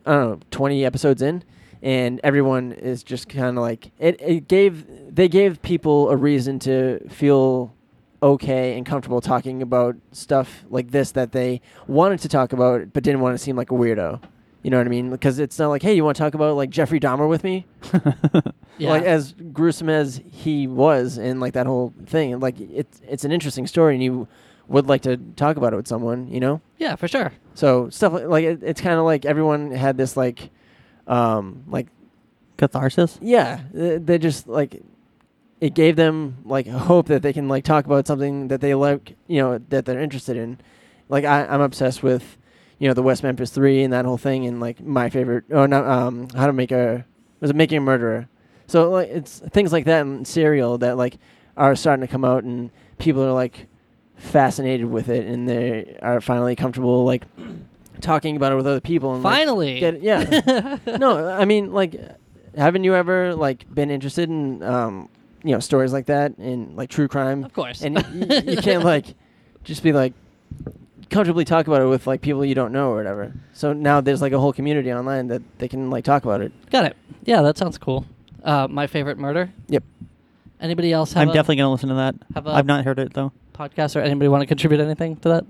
I don't know, 20 episodes in, and everyone is just kind of like it, it gave they gave people a reason to feel okay and comfortable talking about stuff like this that they wanted to talk about but didn't want to seem like a weirdo. You know what I mean? Because it's not like, hey, you want to talk about like Jeffrey Dahmer with me?
Yeah.
Like as gruesome as he was, and like that whole thing, like it's it's an interesting story, and you would like to talk about it with someone, you know.
yeah, for sure.
So stuff like, like it, it's kind of like everyone had this like, um, like
[LAUGHS] Catharsis.
yeah, th- they just like it gave them like hope that they can like talk about something that they like, you know, that they're interested in. Like I, I'm obsessed with, you know, the West Memphis Three and that whole thing, and like my favorite, oh no, um, how to make a was it making a murderer? So like it's things like that and serial that like are starting to come out, and people are like fascinated with it, and they are finally comfortable like talking about it with other people. And, like,
Finally.
get it- yeah no, I mean, like, haven't you ever like been interested in, um, you know, stories like that and like true crime?
Of course.
And y- y- you [LAUGHS] can't like just be like comfortably talk about it with like people you don't know or whatever. So now there's like a whole community online that they can like talk about it.
Got it. Yeah, that sounds cool. Uh, my favorite murder.
Yep.
Anybody else have
I'm
a
definitely gonna listen to that.
have a-
I've not heard it though.
podcast or anybody want to contribute anything to that?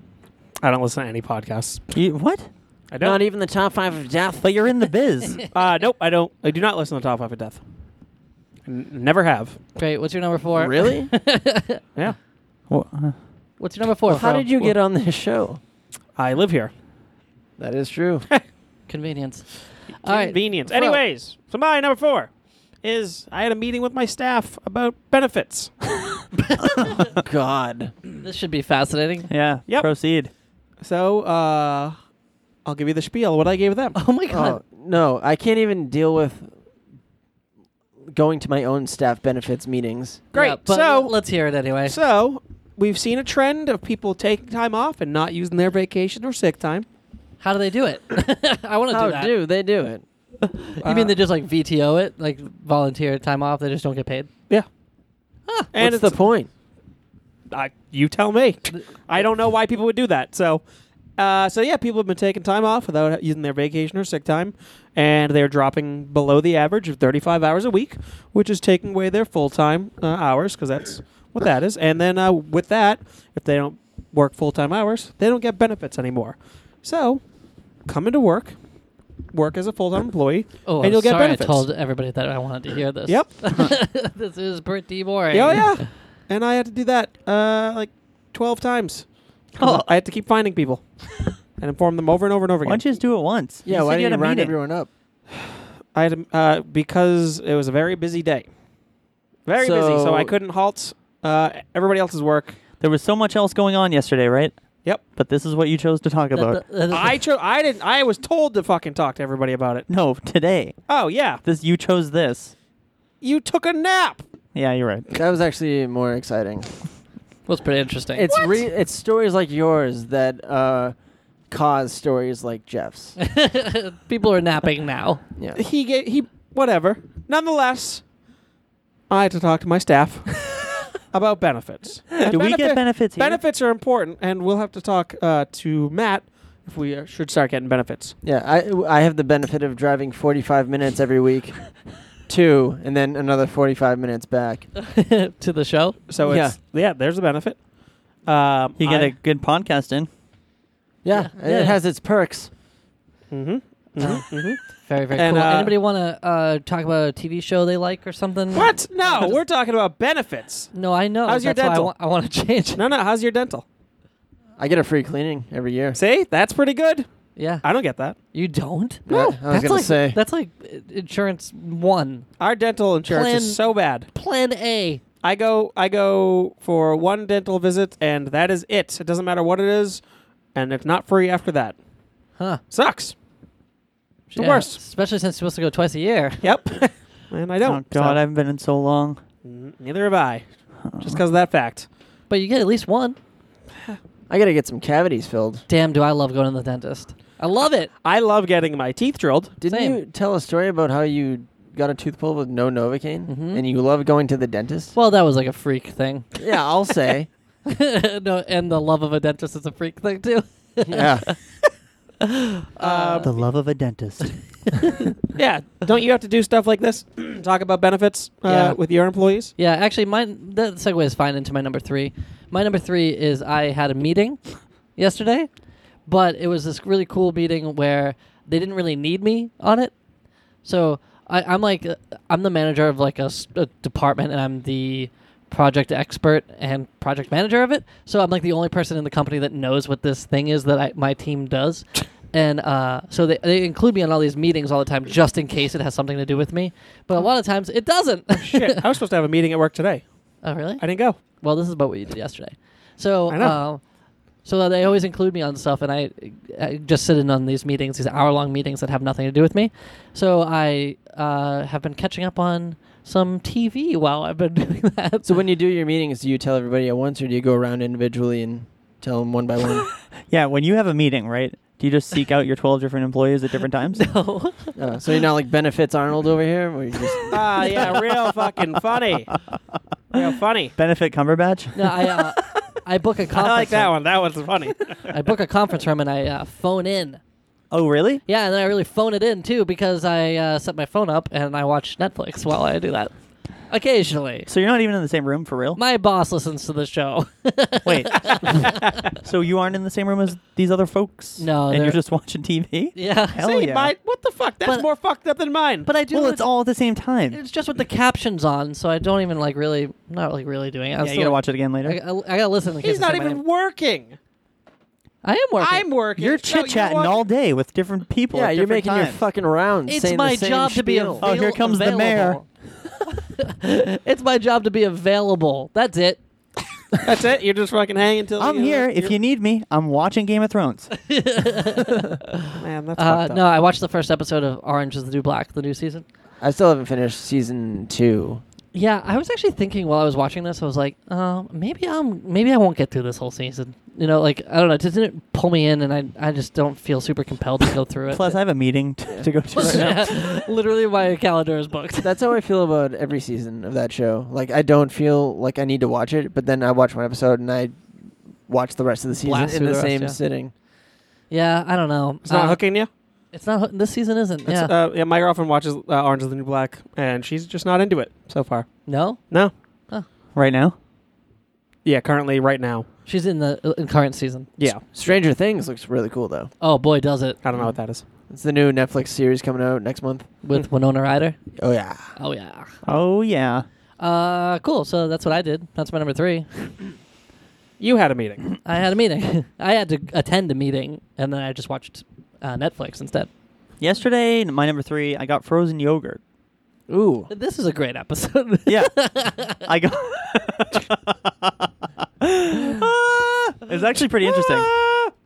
I don't listen to any podcasts.
You, what?
I don't.
Not even the top five of death.
But you're in the
[LAUGHS]
biz.
uh, nope, I don't. I do not listen to Top Five of Death. N- never have.
Great. What's your number four? [LAUGHS]
Really?
Yeah,
Wha- uh,
What's your number four?
how
Fro?
did you get on this show?
I live here. [LAUGHS]
That is true.
[LAUGHS] Convenience. All right.
Convenience.
Fro.
Anyways, so my number four is I had a meeting with my staff about benefits.
[LAUGHS] God.
This should be
[LAUGHS]
fascinating.
yeah.
Yep.
Proceed.
So uh, I'll give you the spiel. What I gave them.
Oh my
Oh,
god.
no, I can't even deal with going to my own staff benefits meetings.
Great.
Yeah, but
so
l- let's hear it anyway.
So we've seen a trend of people taking time off and not using their vacation or sick time.
How do they do it? [LAUGHS] I want to
How
Oh,
do that.
do Oh, they do it?
You
Uh,
mean they just like VTO it, like volunteer time off? They just don't get paid.
Yeah. And
What's the
it's
point?
I, you tell me. I don't know why people would do that. So, uh, so yeah, people have been taking time off without using their vacation or sick time, and they're dropping below the average of 35 hours a week, which is taking away their full time uh, hours because that's what that is. And then uh, with that, if they don't work full time hours, they don't get benefits anymore. So, come into work, work as a full time employee,
Oh,
and
I'm
you'll get
sorry.
benefits.
I told everybody that I wanted to hear this.
Yep.
[LAUGHS] this is pretty boring.
Yeah,
[LAUGHS]
oh, yeah. And I had to do that uh, like 12 times.
Oh.
I had to keep finding people
[LAUGHS]
and inform them over and over and over
Why don't you
again.
just do it once?
Yeah,
you
why
said
do
you
you
had a
round
meeting.
everyone up?
I had to, uh, because it was a very busy day. Very busy. So
So-
I couldn't halt uh, everybody else's work.
There was so much else going on yesterday, right?
Yep.
But this is what you chose to talk
That- uh,
about. [LAUGHS]
that- that is-
I chose. I didn't. I was told to fucking talk to everybody about it.
no, today.
Oh yeah,
This you chose this.
you took a nap.
Yeah, you're right.
That was actually more exciting.
was pretty interesting.
It's re- it's stories like yours that uh, cause stories like
[LAUGHS]
Jeff's.
[LAUGHS] People are napping now. [LAUGHS]
Yeah.
He gave. He whatever. Nonetheless, I had to talk to my
[LAUGHS]
staff about benefits. And
Do we get
benefit-
benefits here?
Benefits are important, and we'll have to talk uh, to Matt if we uh, should start getting benefits.
Yeah, I I have the benefit of driving 45 minutes every week
[LAUGHS]
to and then another 45 minutes back.
to the show.
So it's, yeah, there's a benefit. Um,
You get
I-
a good podcast in.
Yeah,
Yeah,
it
yeah.
has its perks.
Mhm,
Uh,
mhm, mhm.
Mm-hmm.
Very, very
And,
cool.
uh,
Anybody want to uh, talk about a TV show they like or something?
What?
[LAUGHS]
No, we're talking about benefits.
No, I know.
How's your
That's why I
dental?
wa- I want to change. it.
No, no. How's your dental?
I get a free cleaning every year.
See, that's pretty good.
[LAUGHS] Yeah,
I don't get that.
you don't.
No, I was
that's
gonna
like,
say.
that's like uh, insurance one,
Our dental insurance
Plan-
is so bad.
plan A.
I go, I go for one dental visit, and that is it. It doesn't matter what it is, and it's not free after that.
Huh?
Sucks. The
Yeah,
worst.
especially since you're supposed to go twice a year.
Yep. [LAUGHS] and I
Oh
don't.
God,
so-
I haven't been in so long. Uh-huh.
N- Neither have I. Just because of that fact.
But you get at least one.
I got to get some cavities filled.
Damn, do I love going to the dentist? I love it.
I love getting my teeth drilled.
Didn't
Same.
you tell a story about how you got a tooth pulled with no Novocaine
Mm-hmm.
Mhm.
and you love going to the dentist?
Well, that was like a freak thing. [LAUGHS]
yeah, I'll
[LAUGHS]
say.
no, and the love of a dentist is a freak thing too.
yeah.
Uh,
the love of a dentist.
Yeah, don't you have to do stuff like this? [CLEARS THROAT] Talk about benefits uh,
Yeah.
with your employees.
Yeah, actually, my that segue is fine into my number three. My number three is I had a meeting yesterday, but it was this really cool meeting where they didn't really need me on it. So I, I'm like, uh, I'm the manager of like a, s- a department, and I'm the project expert and project manager of it. So I'm like the only person in the company that knows what this thing is that I, my team does. And uh, so they, they include me on all these meetings all the time just in case it has something to do with me. But a lot of times it doesn't.
Shit, I was supposed to have a meeting at work today.
[LAUGHS] oh, really?
I didn't go.
Well, this is about what you did yesterday. So,
I know.
uh, so they always include me on stuff, and I, I just sit in on these meetings, these hour-long meetings that have nothing to do with me. So I uh, have been catching up on some TV while I've been [LAUGHS] doing that.
So when you do your meetings, do you tell everybody at once, or do you go around individually and tell them one by [LAUGHS] one?
[LAUGHS] yeah, when you have a meeting, right? Do you just seek out your 12 different employees at different times?
So,
Uh, so you're not like benefits Arnold over here, where you [LAUGHS] just
Ah, yeah, real fucking funny. Real funny.
Benefit Cumberbatch?
no, I, uh, I book a
I
conference.
like that
room.
one. That one's [LAUGHS] funny.
I book a conference room and I uh, phone in.
Oh, really?
Yeah, and then I really phone it in too because I uh, set my phone up and I watch Netflix while I do that. Occasionally,
So you're not even in the same room for real?
my [LAUGHS] boss listens to the show. [LAUGHS]
Wait. so you aren't in the same room as these other folks?
No,
And
they're-
you're just watching TV?
yeah.
Hell
See,
yeah.
mine- what the fuck? That's
But-
more fucked up than mine.
But I do.
well,
it-
it's all at the same time.
It's just with the captions on, so I don't even like really, not like really doing it. I'm
Yeah, you
still-
gotta watch it again later.
I, I, I gotta listen. In case
he's
I
not
say my
even
name.
working.
I am working.
I'm working.
You're
No, you know
chit chatting
what? [LAUGHS]
all day with different people.
yeah,
at
you're
different
making your
times.
fucking rounds.
It's
saying the
my
same
job to be
spiel.
available.
Oh, here comes the mayor.
mayor. [LAUGHS] it's my job to be available. That's
[LAUGHS]
it. [LAUGHS]
That's it. You're just fucking hanging till.
I'm
you-
here. If
you're-
you need me, I'm watching Game of Thrones.
[LAUGHS] man, that's
Uh,
fucked up.
no, I watched the first episode of Orange is the New Black, the new season.
I still haven't finished season two.
Yeah, I was actually thinking while I was watching this, I was like, uh, maybe I'm, maybe I won't get through this whole season. You know, like I don't know, doesn't it pull me in, and I, I just don't feel super compelled to go through it.
Plus, I have a meeting t- to go
[LAUGHS]
to right now.
literally my calendar is booked.
That's how I feel about every season of that show. Like I don't feel like I need to watch it, but then I watch one episode and I watch the rest of the season
Blast
in
through
the,
the rest,
same
yeah.
sitting.
Yeah, I don't know.
It's not
Uh,
hooking you.
It's not. hook- This season isn't. Yeah.
It's, Uh, yeah, my girlfriend watches uh, Orange is the New Black, and she's just not into it so far.
no,
No.
Right now?
Yeah, currently, right now.
she's in the uh, in current season.
Yeah,
Stranger Things looks really cool though.
Oh boy, does it
I don't know what that is.
It's the new Netflix series coming out next month.
with Winona Ryder.
Oh yeah.
Oh yeah.
Oh, yeah.
Uh, cool. So that's what I did. That's my number three.
You had a
[CLEARS THROAT]
meeting.
I had a meeting. [LAUGHS] I had to attend a meeting, and then I just watched uh, Netflix instead.
Yesterday, my number three, I got frozen yogurt.
Ooh.
This is a great episode. [LAUGHS]
Yeah. I got. [LAUGHS] it was actually
[LAUGHS]
pretty interesting.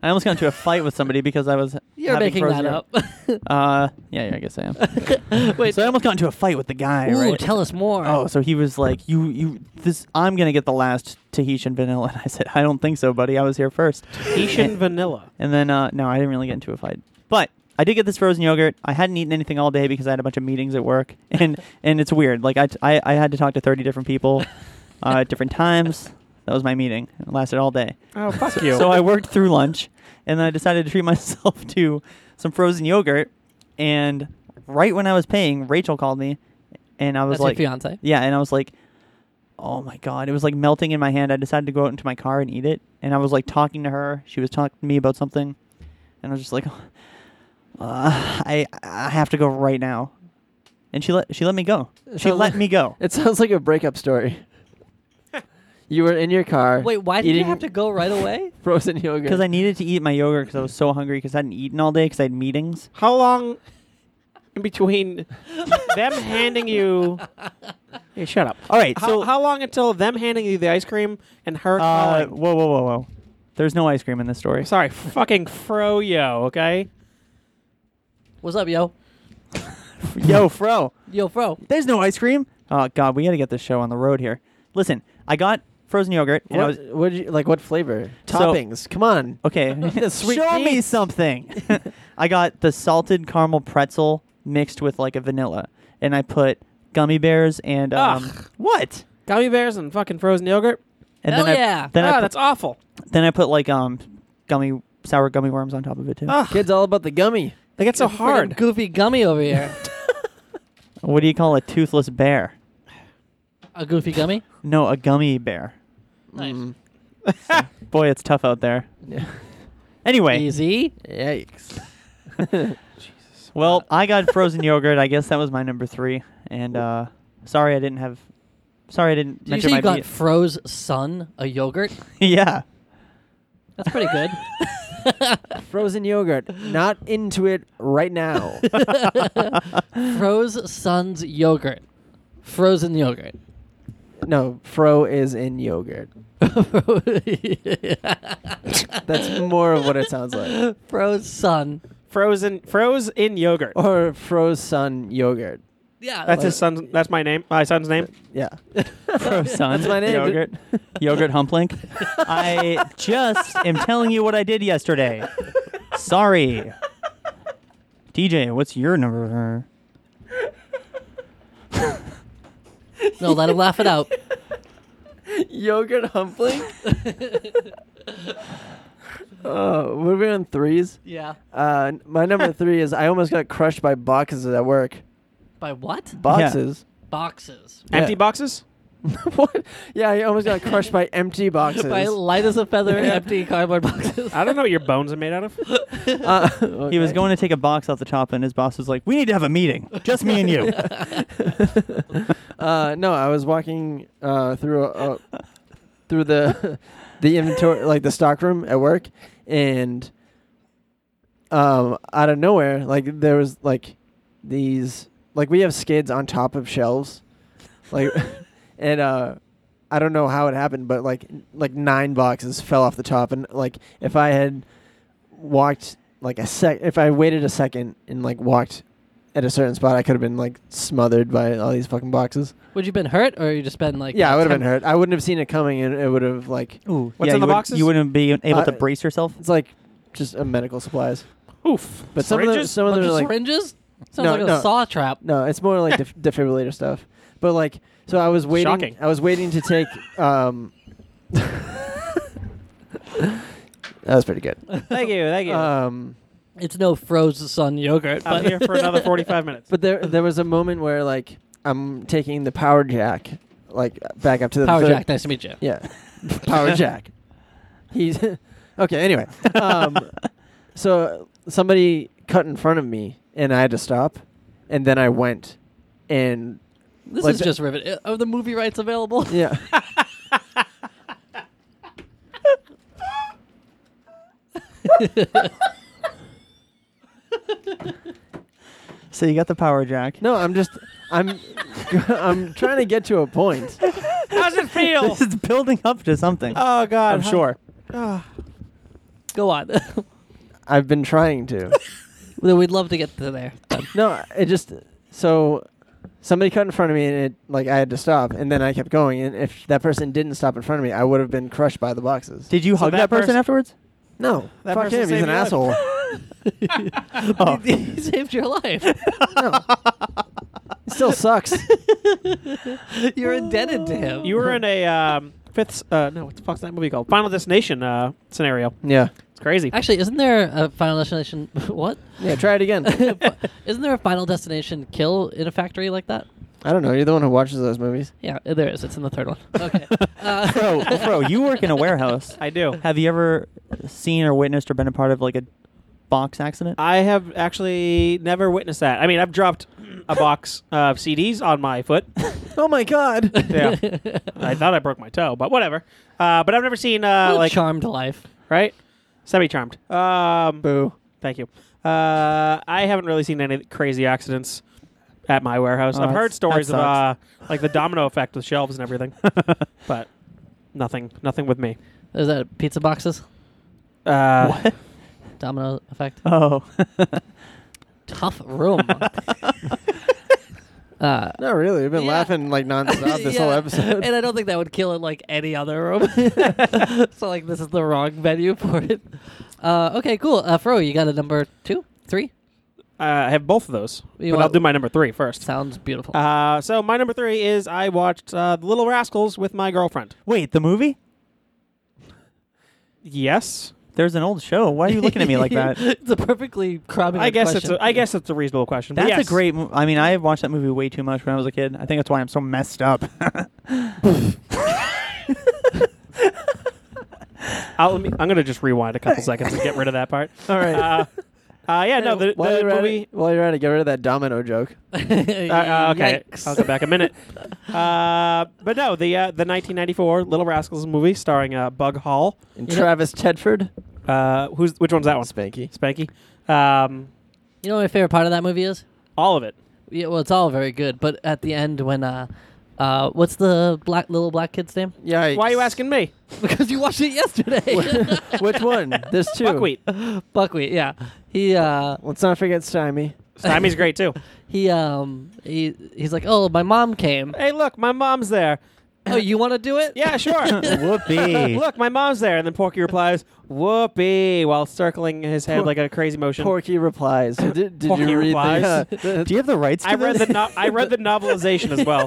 I almost got into a fight with somebody because I was.
You're
having
making
frozen
that
yogurt.
up.
[LAUGHS]
[LAUGHS]
Uh, yeah, yeah, I guess I am. [LAUGHS]
Wait.
So I almost got into a fight with the guy.
Ooh,
right?
tell us more.
Oh, so he was like, "You, you, this. I'm gonna get the last Tahitian vanilla." [LAUGHS] And I said, "I don't think so, buddy. I was here first. [LAUGHS]
Haitian vanilla.
And then, uh, no, I didn't really get into a fight, but I did get this frozen yogurt. I hadn't eaten anything all day because I had a bunch of meetings at work, [LAUGHS] and and it's weird. Like I, t- I, I had to talk to 30 different people, uh, at different times. That was my meeting. It lasted all day.
Oh, fuck you.
So I worked through lunch, and then I decided to treat [LAUGHS] myself to some frozen yogurt. And right when I was paying, Rachel called me, and I was
that's
like,
your fiance.
yeah, and I was like, oh my god, it was like melting in my hand. I decided to go out into my car and eat it, and I was like talking to her. She was talking to me about something, and I was just like, uh, I I have to go right now, and she let she let me go. She
So-
let
[LAUGHS]
me go.
It sounds like a breakup
[LAUGHS]
story. you were in your car.
Wait, why did you
eating
have to go right away?
[LAUGHS] frozen yogurt?
Because I needed to eat my yogurt because I was so hungry because I hadn't eaten all day because I had meetings.
How long in between them handing [LAUGHS] you? Hey, shut up.
All right,
How,
so
how long until them handing you the ice cream and her?
uh,
calling?
whoa, whoa, whoa, whoa. There's no ice cream in this story.
Sorry, fucking froyo. Okay.
What's up, yo?
Yo, fro.
Yo, bro.
There's no ice cream. Oh God, we got to get this show on the road here. Listen, I got frozen yogurt and I was
What, what did you like? What flavor?
So-
Toppings. Come
[SIGHS]
on.
[LAUGHS] okay. [LAUGHS]
sweet
Show
tea.
me something. [LAUGHS] I got the salted caramel pretzel mixed with like a vanilla, and I put gummy bears and um
Ugh.
what?
Gummy bears and fucking frozen yogurt.
And
Hell
then I
yeah.
then
Ah,
I put,
that's awful.
then I put like um gummy sour gummy worms on top of it too.
Ah,
Kid's all about the gummy.
they get so
Friggin'
hard.
Goofy gummy over [LAUGHS] here.
What do you call a toothless bear?
a goofy gummy.
No, a gummy bear.
Nice.
Mm.
Boy, it's tough out there. Anyway,
Easy.
[LAUGHS]
Yikes.
well, I got frozen yogurt. I guess that was my number three. And uh, sorry, I didn't have. Sorry, I didn't
Did you
mention
say
my.
you got
beet-
froze sun a yogurt?
[LAUGHS] yeah.
That's pretty good.
Uh, Frozen yogurt. Not into it right
[LAUGHS]
now.
[LAUGHS] froze sun's yogurt. Frozen yogurt. [LAUGHS]
no, fro is in yogurt. That's more of what it sounds
[LAUGHS]
like.
froze sun.
Frozen, froze in yogurt.
Oh,
Or froze sun yogurt.
Yeah.
That's
like- [LAUGHS]
his son. That's my name. My son's name.
Yeah.
Frozen
[LAUGHS]
my name.
yogurt. yogurt humplink. I just am telling you what I did yesterday. Sorry. DJ, what's your number?
No, let him laugh it [LAUGHS] out. [LAUGHS]
yogurt humpling? oh, were we on threes?
Yeah.
Uh,
[LAUGHS]
my number three is I almost got crushed by boxes at work.
By what?
Boxes?
Boxes.
Empty boxes.
[LAUGHS] what? Yeah, I almost got crushed by
[LAUGHS]
empty boxes.
By light as a feather, empty cardboard boxes.
I don't know what your bones are made out of.
Uh,
He
[LAUGHS]
was
okay.
going to take a box off the top, and his boss was like, "We need to have a meeting, just me
[LAUGHS]
and you."
Uh, no, I was walking uh, through a, a, through the [LAUGHS] the inventory, like the stock room at work, and um, out of nowhere, like there was like these like we have skids on top of shelves, like, [LAUGHS] and uh, I don't know how it happened, but like n- like nine boxes fell off the top, and like if I had walked like a sec, if I waited a second and like walked at a certain spot, I could have been like smothered by all these fucking boxes.
Would you been hurt, or you just been like?
Yeah, I would have
temp-
been hurt. I wouldn't have seen it coming, and it would have like
Ooh,
What's
yeah,
in the
you wouldn't-
boxes?
You wouldn't be able to
Uh,
brace yourself.
it's like just a medical supplies.
Oof.
But some of the,
Syringes?
some of
Bunch
them are
of
like
syringes. Sounds
No,
like a
no.
saw trap.
no, it's more like def- defibrillator stuff. But like, so I was waiting.
Shocking.
I was waiting to take. Um, that was pretty good.
thank you. Thank you.
Um,
It's no froze sun yogurt.
I'm
but-
here for
[LAUGHS]
another 45 minutes.
but there there was a moment where like I'm taking the power jack, like back up to the
Power
third-
Jack. Nice to meet you.
Yeah, [LAUGHS] Power Jack. He's [LAUGHS] okay. Anyway,
[LAUGHS]
um, so somebody cut in front of me, and I had to stop, and then I went, and
This
Like
is
the-
just rivet. Uh, Are the movie rights available?
yeah.
So you got the power jack.
No, I'm just I'm [LAUGHS] I'm trying to get to a point.
Uh-huh. How's it feel?
[LAUGHS] This is building up to something.
[LAUGHS] oh God.
I'm sure.
[LAUGHS] Go on. [LAUGHS]
I've been trying to.
Then We'd love to get to
[LAUGHS]
there. [LAUGHS]
No, it just so somebody cut in front of me, and it like I had to stop, and then I kept going, and if that person didn't stop in front of me, I would have been crushed by the boxes.
Did you
So
hug
that
that person
person- [LAUGHS]
afterwards?
no,
That
fuck
person
him. He's
saved
an
your life.
asshole.
Oh.
He saved your life.
no. Still sucks.
You're indebted to him.
You were in a um, fifth. Uh, no, what the fuck's that movie called? Final Destination uh, scenario.
[LAUGHS] Yeah.
It's crazy.
Actually, isn't there a Final Destination? [LAUGHS] What?
Yeah, try it again.
[LAUGHS] Isn't there a Final Destination kill in a factory like that?
[LAUGHS] I don't know. You're the one who watches those movies.
Yeah, uh, there is. It's in the third one. [LAUGHS] Okay. Uh,
Bro,
[LAUGHS]
bro, you work in a warehouse.
I do.
Have you ever seen or witnessed or been a part of like a box accident?
I have actually never witnessed that. I mean, I've dropped a
[LAUGHS]
box of CDs on my foot.
Oh my god.
Yeah. I thought I broke my toe, but whatever. Uh, but I've never seen uh, like
charmed life.
right, semi charmed. Um,
Boo.
thank you. Uh, I haven't really seen any crazy accidents at my warehouse.
Oh,
I've
that's-
heard
that
stories of uh,
sucks.
like the domino effect with shelves and everything, but nothing, nothing with me.
Is that pizza boxes?
Uh,
what?
Domino effect.
[LAUGHS] [LAUGHS] Oh.
Tough
[LAUGHS]
room. uh,
Not really. We've been
Yeah.
laughing like nonstop this whole
Yeah,
episode.
And I don't think that would kill it like any other
[LAUGHS]
room. so like this is the wrong venue for it. Uh, okay, cool. Uh, Fro, you got a number two, three?
I have both of those,
You
but I'll
want- Oh.
do my number three first.
Sounds beautiful.
Uh, so my number three is I watched uh, The Little Rascals with my girlfriend.
Wait, the movie?
Yes,
There's an old show. Why are you looking at me
[LAUGHS]
like that?
[LAUGHS] it's a perfectly crummy.
I guess
question.
it's a, I guess it's a reasonable question. but
That's
yes.
a great. Mo- I mean, I watched that movie way too much when I was a kid. I think that's why I'm so messed up. [LAUGHS]
I'll, let me, I'm gonna just rewind a couple seconds and get rid of that part.
All right.
Uh, uh, [LAUGHS] yeah, no, the,
while,
the
you're at
movie.
it, while you're at it, get rid of that domino joke.
Uh, [LAUGHS] uh, okay,
Yikes.
I'll go back
[LAUGHS]
a [LAUGHS] minute. Uh, but no, the uh, the 1994 Little Rascals movie starring uh, Bug Hall.
And
You know-
Travis Tedford,
Uh, who's which one's that one?
Spanky.
Spanky. Um,
You know what my favorite part of that movie is?
all of it.
Yeah, well, it's all very good, but at the end when uh, uh, what's the black little black kid's name? [LAUGHS]
Yikes.
Why are
[LAUGHS]
you asking me?
Because you watched it yesterday. [LAUGHS]
Which one?
[LAUGHS]
There's two. [LAUGHS]
Buckwheat.
Buckwheat. Yeah, he uh,
Let's not forget Stymie.
Siamese great
[LAUGHS]
too.
he um, he he's like, oh, my mom
[LAUGHS]
came.
Hey, look, my mom's there.
oh, you want to do it?
Yeah,
[LAUGHS]
sure.
Whoopee.
[LAUGHS] look, my mom's there. And then Porky replies, "Whoopee!" while circling his head like a crazy motion.
Porky
[LAUGHS]
replies. Did, did
Porky
you read
replies.
the, uh, [LAUGHS] the-
Do you have the rights to
I read
this?
the no-
[LAUGHS]
I read the novelization as well.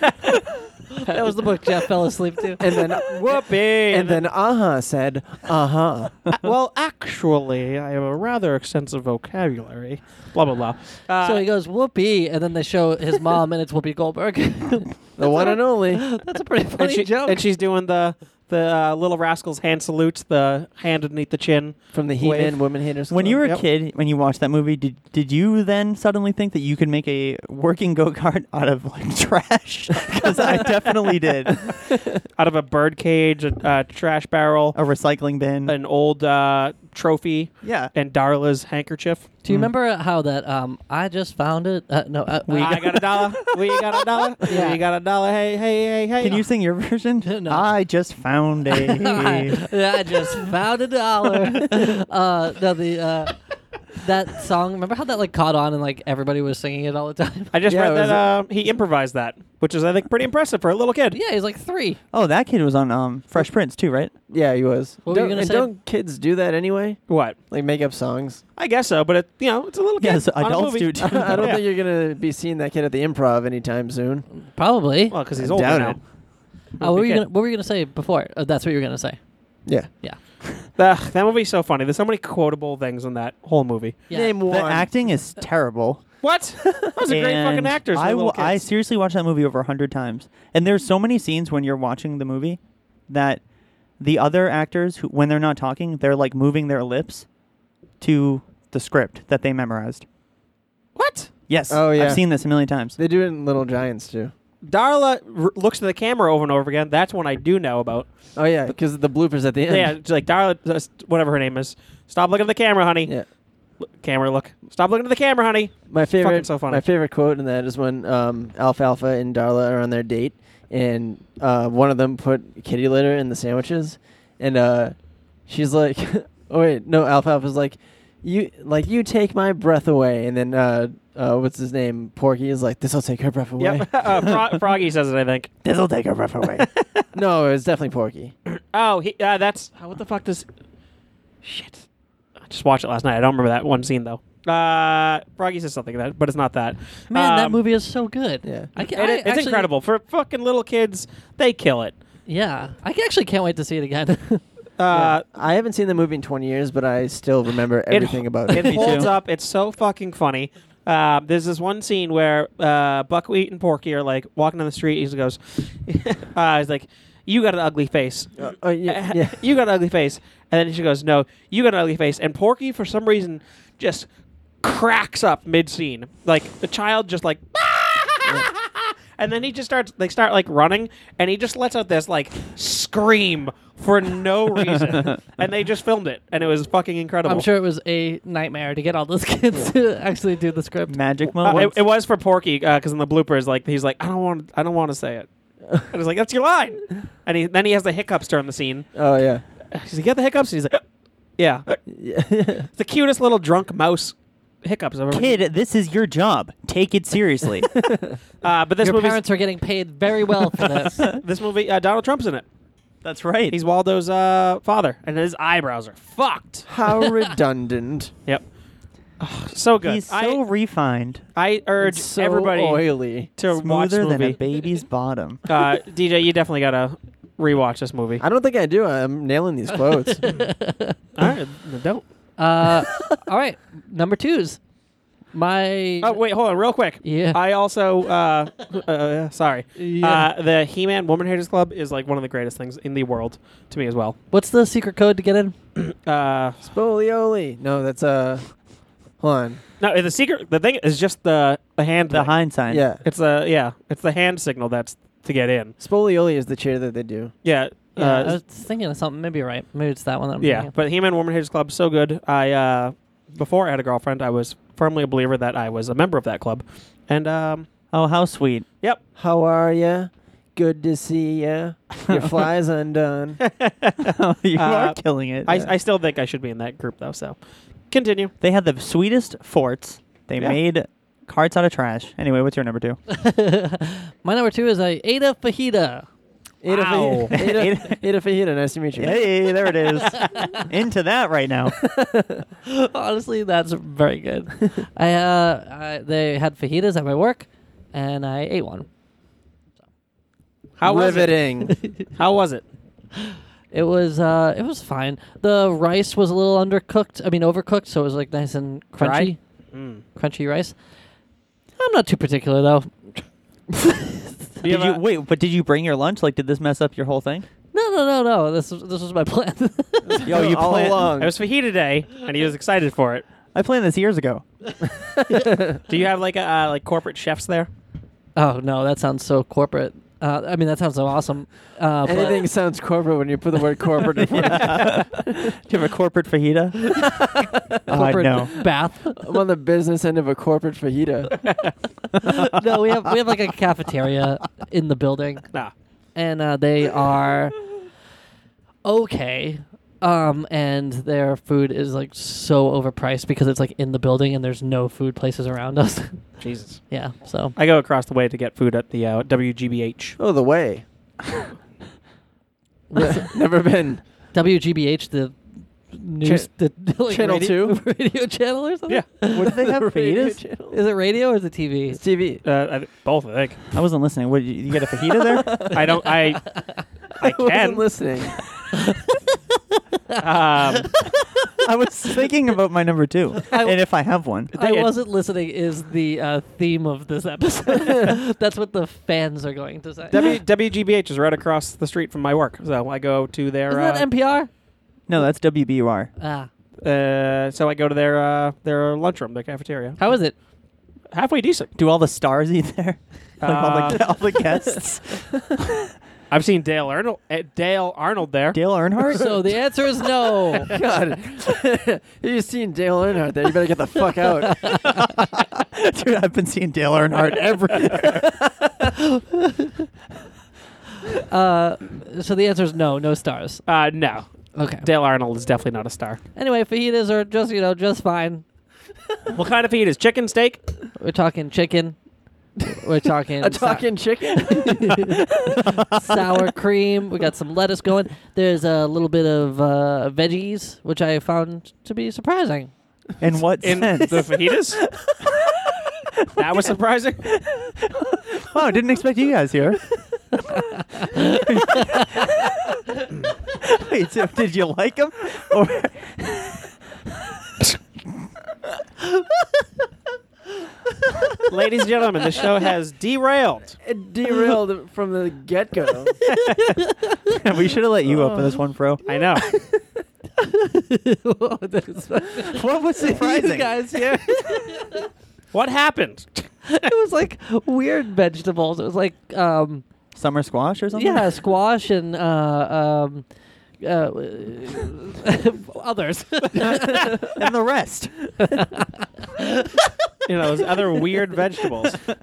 that was the book Jeff fell asleep to.
and then
Whoopee!
and then uh huh said uh
[LAUGHS]
huh.
well, actually, I have a rather extensive vocabulary. Blah blah blah. Uh,
so he goes whoopee, and then they show his mom, and it's Whoopi Goldberg. [LAUGHS]
The one and only.
That's a pretty
and,
funny
she-
joke.
and she's doing the the uh, little rascals hand salutes, the hand underneath the chin.
From the He
Wave.
Man Woman Haters.
When you
Club.
were
Yep.
a kid, when you watched that movie, did did you then suddenly think that you could make a working go kart [LAUGHS] out of like trash? [LAUGHS] Because I definitely
[LAUGHS]
did. A
out of a bird cage, a, a trash barrel,
recycling bin.
an old uh, trophy,
yeah.
and Darla's handkerchief.
Do you remember how that um, I just found it? Uh, no, uh, we [LAUGHS]
I got
[LAUGHS]
a dollar. We got a dollar.
Yeah.
We got a dollar. Hey, hey, hey, hey.
Can you sing your [LAUGHS] version?
No.
I just
[LAUGHS]
found a.
I just found a dollar. Uh, no, the uh, that song. Remember how that like caught on and like everybody was singing it all the time. [LAUGHS]
I just
Yeah,
read
it was
that uh, he improvised that, which is I think pretty impressive for a little kid.
Yeah, he's like three.
oh, that kid was on um, Fresh Prince too, right?
Yeah, he was.
What were you
don't,
gonna
and
say?
don't kids do that anyway?
What?
Like make
[LAUGHS]
up songs.
I guess so, but it, you know, it's a little kid.
Yes,
on a [LAUGHS]
adults
movie.
do too.
I don't
Yeah.
think you're gonna be seeing that kid at the improv anytime soon.
Probably.
Well, because
I
he's older
doubt
now.
it.
Uh, what, were you
kid.
gonna, what were you gonna say before? Uh, that's what you were gonna say.
Yeah.
Yeah.
Ugh, that movie's so funny. There's so many quotable things in that whole movie.
Yeah.
Name one.
[LAUGHS] The acting
[LAUGHS]
is terrible.
What? [LAUGHS] Those are great fucking
And
actors.
I,
I,
wa-
little
I
kids.
seriously watched that movie over a hundred times, and there's so many scenes when you're watching the movie that the other actors, who, when they're not talking, they're like moving their lips to the script that they memorized.
what?
Yes.
Oh, yeah.
I've seen this a million times.
They do it in Little Giants too.
Darla r- looks to the camera over and over again. That's one I do know about.
Oh yeah, because the bloopers at the end.
Yeah, it's like Darla, uh, s- whatever her name is. Stop looking at the camera, honey.
Yeah.
L- camera, look. Stop looking at the camera, honey.
My
Fucking
favorite.
so funny.
My favorite quote in that is when um, Alfalfa and Darla are on their date, and uh, one of them put kitty litter in the sandwiches, and uh, she's like, [LAUGHS] "Oh wait, no." Alfalfa's like, "You like you take my breath away," and then uh, uh, what's his name? Porky is like, "This'll take her breath away."
Yep. [LAUGHS]
[LAUGHS]
uh, Fro- Froggy says it, I think.
This'll take her
[LAUGHS]
breath away.
no, it's definitely Porky.
Oh, he, uh, that's. oh, what the fuck does. Shit. I just watched it last night. I don't remember that one scene, though. Uh, Froggy says something, that, but it's not that.
Man, that
Um,
movie is so good.
Yeah.
I ca-
it-
I
it's
actually-
incredible. For fucking little kids, they kill it.
Yeah, I ca- actually can't wait to see it again. [LAUGHS]
Uh,
I haven't seen the movie in 20 years, but I still remember everything about
[LAUGHS] it
it.
holds
too.
up. It's so fucking funny. Um, there's this one scene where uh, Buckwheat and Porky are like walking down the street. He goes, [LAUGHS] uh, "He's like, you got an ugly face.
Uh, [LAUGHS] oh,
[LAUGHS]
yeah, yeah. [LAUGHS]
you got an ugly face." And then she goes, "No, you got an ugly face." And Porky, for some reason, just cracks up mid scene, like the child just like. [LAUGHS] And then he just starts. They start like running, and he just lets out this like scream
[LAUGHS]
for no reason. and they just filmed it, and it was fucking incredible.
I'm sure it was a nightmare to get all those kids [LAUGHS] to actually do the script.
Uh,
Magic
it,
moment.
it was for Porky because in the bloopers, like he's like, I don't want, I don't want to say it. And he's like, that's your line. And he, then he has the hiccups during the scene.
Oh yeah.
He's like, you got the hiccups. And he's like, yeah.
Yeah. [LAUGHS]
It's the cutest little drunk mouse hiccups I've ever.
Kid, this is your job. Take it seriously.
Uh, but this
Your
movie,
parents are getting paid very well for this.
[LAUGHS] this movie, uh, Donald Trump's in it.
That's right.
He's Waldo's uh, father, and his eyebrows are fucked.
How redundant.
Yep. [SIGHS] Ugh, so good.
He's so refined,
I, I urge
It's so
everybody
oily.
to watch this
smoother than a
movie. [LAUGHS]
baby's bottom.
uh, DJ, you definitely gotta rewatch this movie.
I don't think I do. I'm nailing these quotes.
All right, then don't.
Uh, [LAUGHS] all right, number twos. My
Oh wait, hold on, real quick.
Yeah.
I also, uh, [LAUGHS] uh, sorry. Uh, the He-Man Woman Haters Club is like one of the greatest things in the world to me as well.
what's the secret code to get in?
Uh,
Spolioli. No, that's uh. Hold on.
no, the secret, the thing is just the the hand.
[LAUGHS] The
thing.
hindsight.
Yeah,
It's a yeah. It's the hand signal that's to get in.
Spolioli is the chair that they do.
Yeah.
Yeah,
uh,
I was thinking of something. Maybe you're right. Maybe it's that one. That I'm
yeah.
thinking of.
But He-Man Woman Haters Club so good. I uh, before I had a girlfriend, I was firmly a believer that I was a member of that club, and um,
Oh, how sweet.
yep. [LAUGHS]
How are ya? Good to see ya. Your fly's undone.
[LAUGHS] you
Uh,
are killing it.
I, I still think I should be in that group though. So continue.
they had the sweetest forts. They
Yeah.
made carts out of trash. Anyway, what's your number [LAUGHS] two?
[LAUGHS] My number two is I ate a fajita. [LAUGHS]
Ada,
Wow.
Fajita, Ada, Ada Fajita, nice to meet you.
hey, there it [LAUGHS] is. Into that right [LAUGHS] now.
Honestly, that's very
[LAUGHS]
good. I, uh, I they had fajitas at my work, and I ate one.
How was it?
Riveting.
How was it?
It was uh, it was fine. The rice was a little undercooked. I mean, overcooked, so it was like nice and crunchy,
Dry? Mm.
crunchy rice. I'm not too particular though.
Do you
Did you
have a-
wait? But did you bring your lunch? Like, did this mess up your whole thing?
No, no, no, no. This was- this was my [LAUGHS] plan.
Yo, you
all
plan-
along.
It was fajita day, and he was excited for it.
I planned this years [LAUGHS] ago.
Do you have like a uh, like corporate chefs there?
[LAUGHS] oh no, that sounds so corporate. Uh, I mean, that sounds so awesome. Uh, but-
Anything
[LAUGHS]
sounds corporate when you put the word corporate in front.
[LAUGHS]
of
Do you have a corporate fajita? uh,
corporate
no.
bath. [LAUGHS]
it. I'm on the business end of a corporate fajita.
no, we have we have like a cafeteria in the building,
Nah.
and uh, they are okay. Um, and their food is like so overpriced because it's like in the building and there's no food places around us. [LAUGHS]
Jesus.
yeah, so
I go across the way to get food at the uh, WGBH.
Oh, the way. Yeah, [LAUGHS] Never been.
WGBH the news the [LAUGHS] like
Channel
radio,
two?
[LAUGHS] radio channel or something.
Yeah.
What do they have?
[LAUGHS]
Radio
is it radio or is it TV?
It's
[LAUGHS]
TV.
Uh, I, th- both, I think.
I wasn't listening. What, you, you get a fajita [LAUGHS] there?
I don't. I. I
wasn't
can.
listening.
[LAUGHS] Um,
I was thinking about my number two,
I-
and if I have one.
I
Dang it.
wasn't listening is the uh, theme of this
[LAUGHS]
episode. That's what the fans are going to say.
w, WGBH is right across the street from my work, so I go to their.
[LAUGHS] Isn't
uh,
that NPR?
No, that's WBUR.
Ah,
uh, so I go to their uh, their lunchroom, their cafeteria.
how is it?
Halfway decent.
[LAUGHS] Do all the stars eat there? like all, the,
Uh,
all the guests.
I've seen Dale Arnold. Uh, Dale Arnold there. [LAUGHS]
Dale Earnhardt.
So the answer is
[LAUGHS]
no.
God, you seen Dale Earnhardt there? You better get the fuck
[LAUGHS]
out.
[LAUGHS] Dude, I've been seeing Dale Earnhardt everywhere.
Uh, so the answer is no, no stars.
Uh, no,
Okay.
Dale Arnold is definitely not a star.
Anyway, fajitas are just you know just fine.
what kind of feed is chicken steak?
We're talking chicken. We're talking
[LAUGHS] A talking
[LAUGHS]
chicken.
sou- sour cream. We got some lettuce going. There's a little bit of uh, veggies, which I found to be surprising. [LAUGHS]
In what
[LAUGHS] [LAUGHS] in
sense?
the fajitas. that was surprising.
Wow, didn't expect you guys here. Wait, so did you like them? Or
[LAUGHS]
[LAUGHS]
Ladies and gentlemen, the show has derailed.
It derailed from the get go.
we should have let you open this one, bro.
I [LAUGHS] know.
What was surprising?
you guys here.
What happened?
it was like weird vegetables. It was like um,
Summer squash or something?
yeah, squash and uh, um, uh, others. [LAUGHS]
and the rest.
You know, those other [LAUGHS] weird vegetables.
It's like,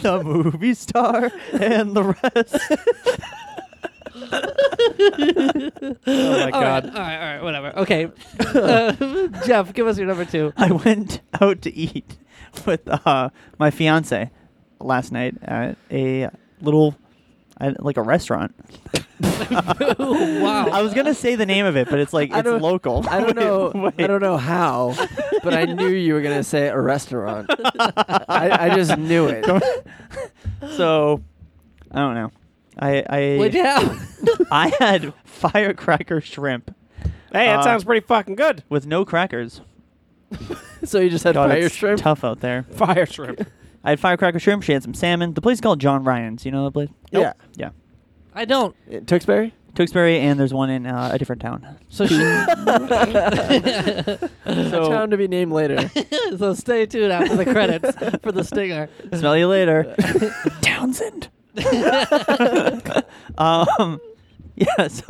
the movie star and the rest.
Oh my
All right,
god.
all right, all right, whatever. Okay, [LAUGHS] Uh, Jeff, give us your number two.
I went out to eat with uh, my fiance last night at a little, at, like a restaurant.
wow.
I was gonna say the name of it, but it's like
I
it's
don't-
local.
I
[LAUGHS]
don't know. I
wait.
don't know how, but I knew you were gonna say a restaurant. I, I just knew it.
[LAUGHS] so I don't know. I I
What'd you have?
[LAUGHS] I
[LAUGHS]
had firecracker shrimp
Hey, that
Uh,
sounds pretty fucking good.
with no crackers.
so you just had
God,
fire
it's
shrimp.
tough out there.
Fire shrimp.
I had firecracker shrimp. She had some salmon. The place is called John Ryan's. You know that place?
Yeah,
Yeah.
I
[LAUGHS]
don't.
Uh, [LAUGHS] Tewksbury.
Tewksbury, and there's one in uh, a different town.
So [LAUGHS] she.
A
So-
town to be named
[LAUGHS]
later.
so stay tuned after the credits for the stinger.
Smell you later, Townsend. [LAUGHS] um, yeah. So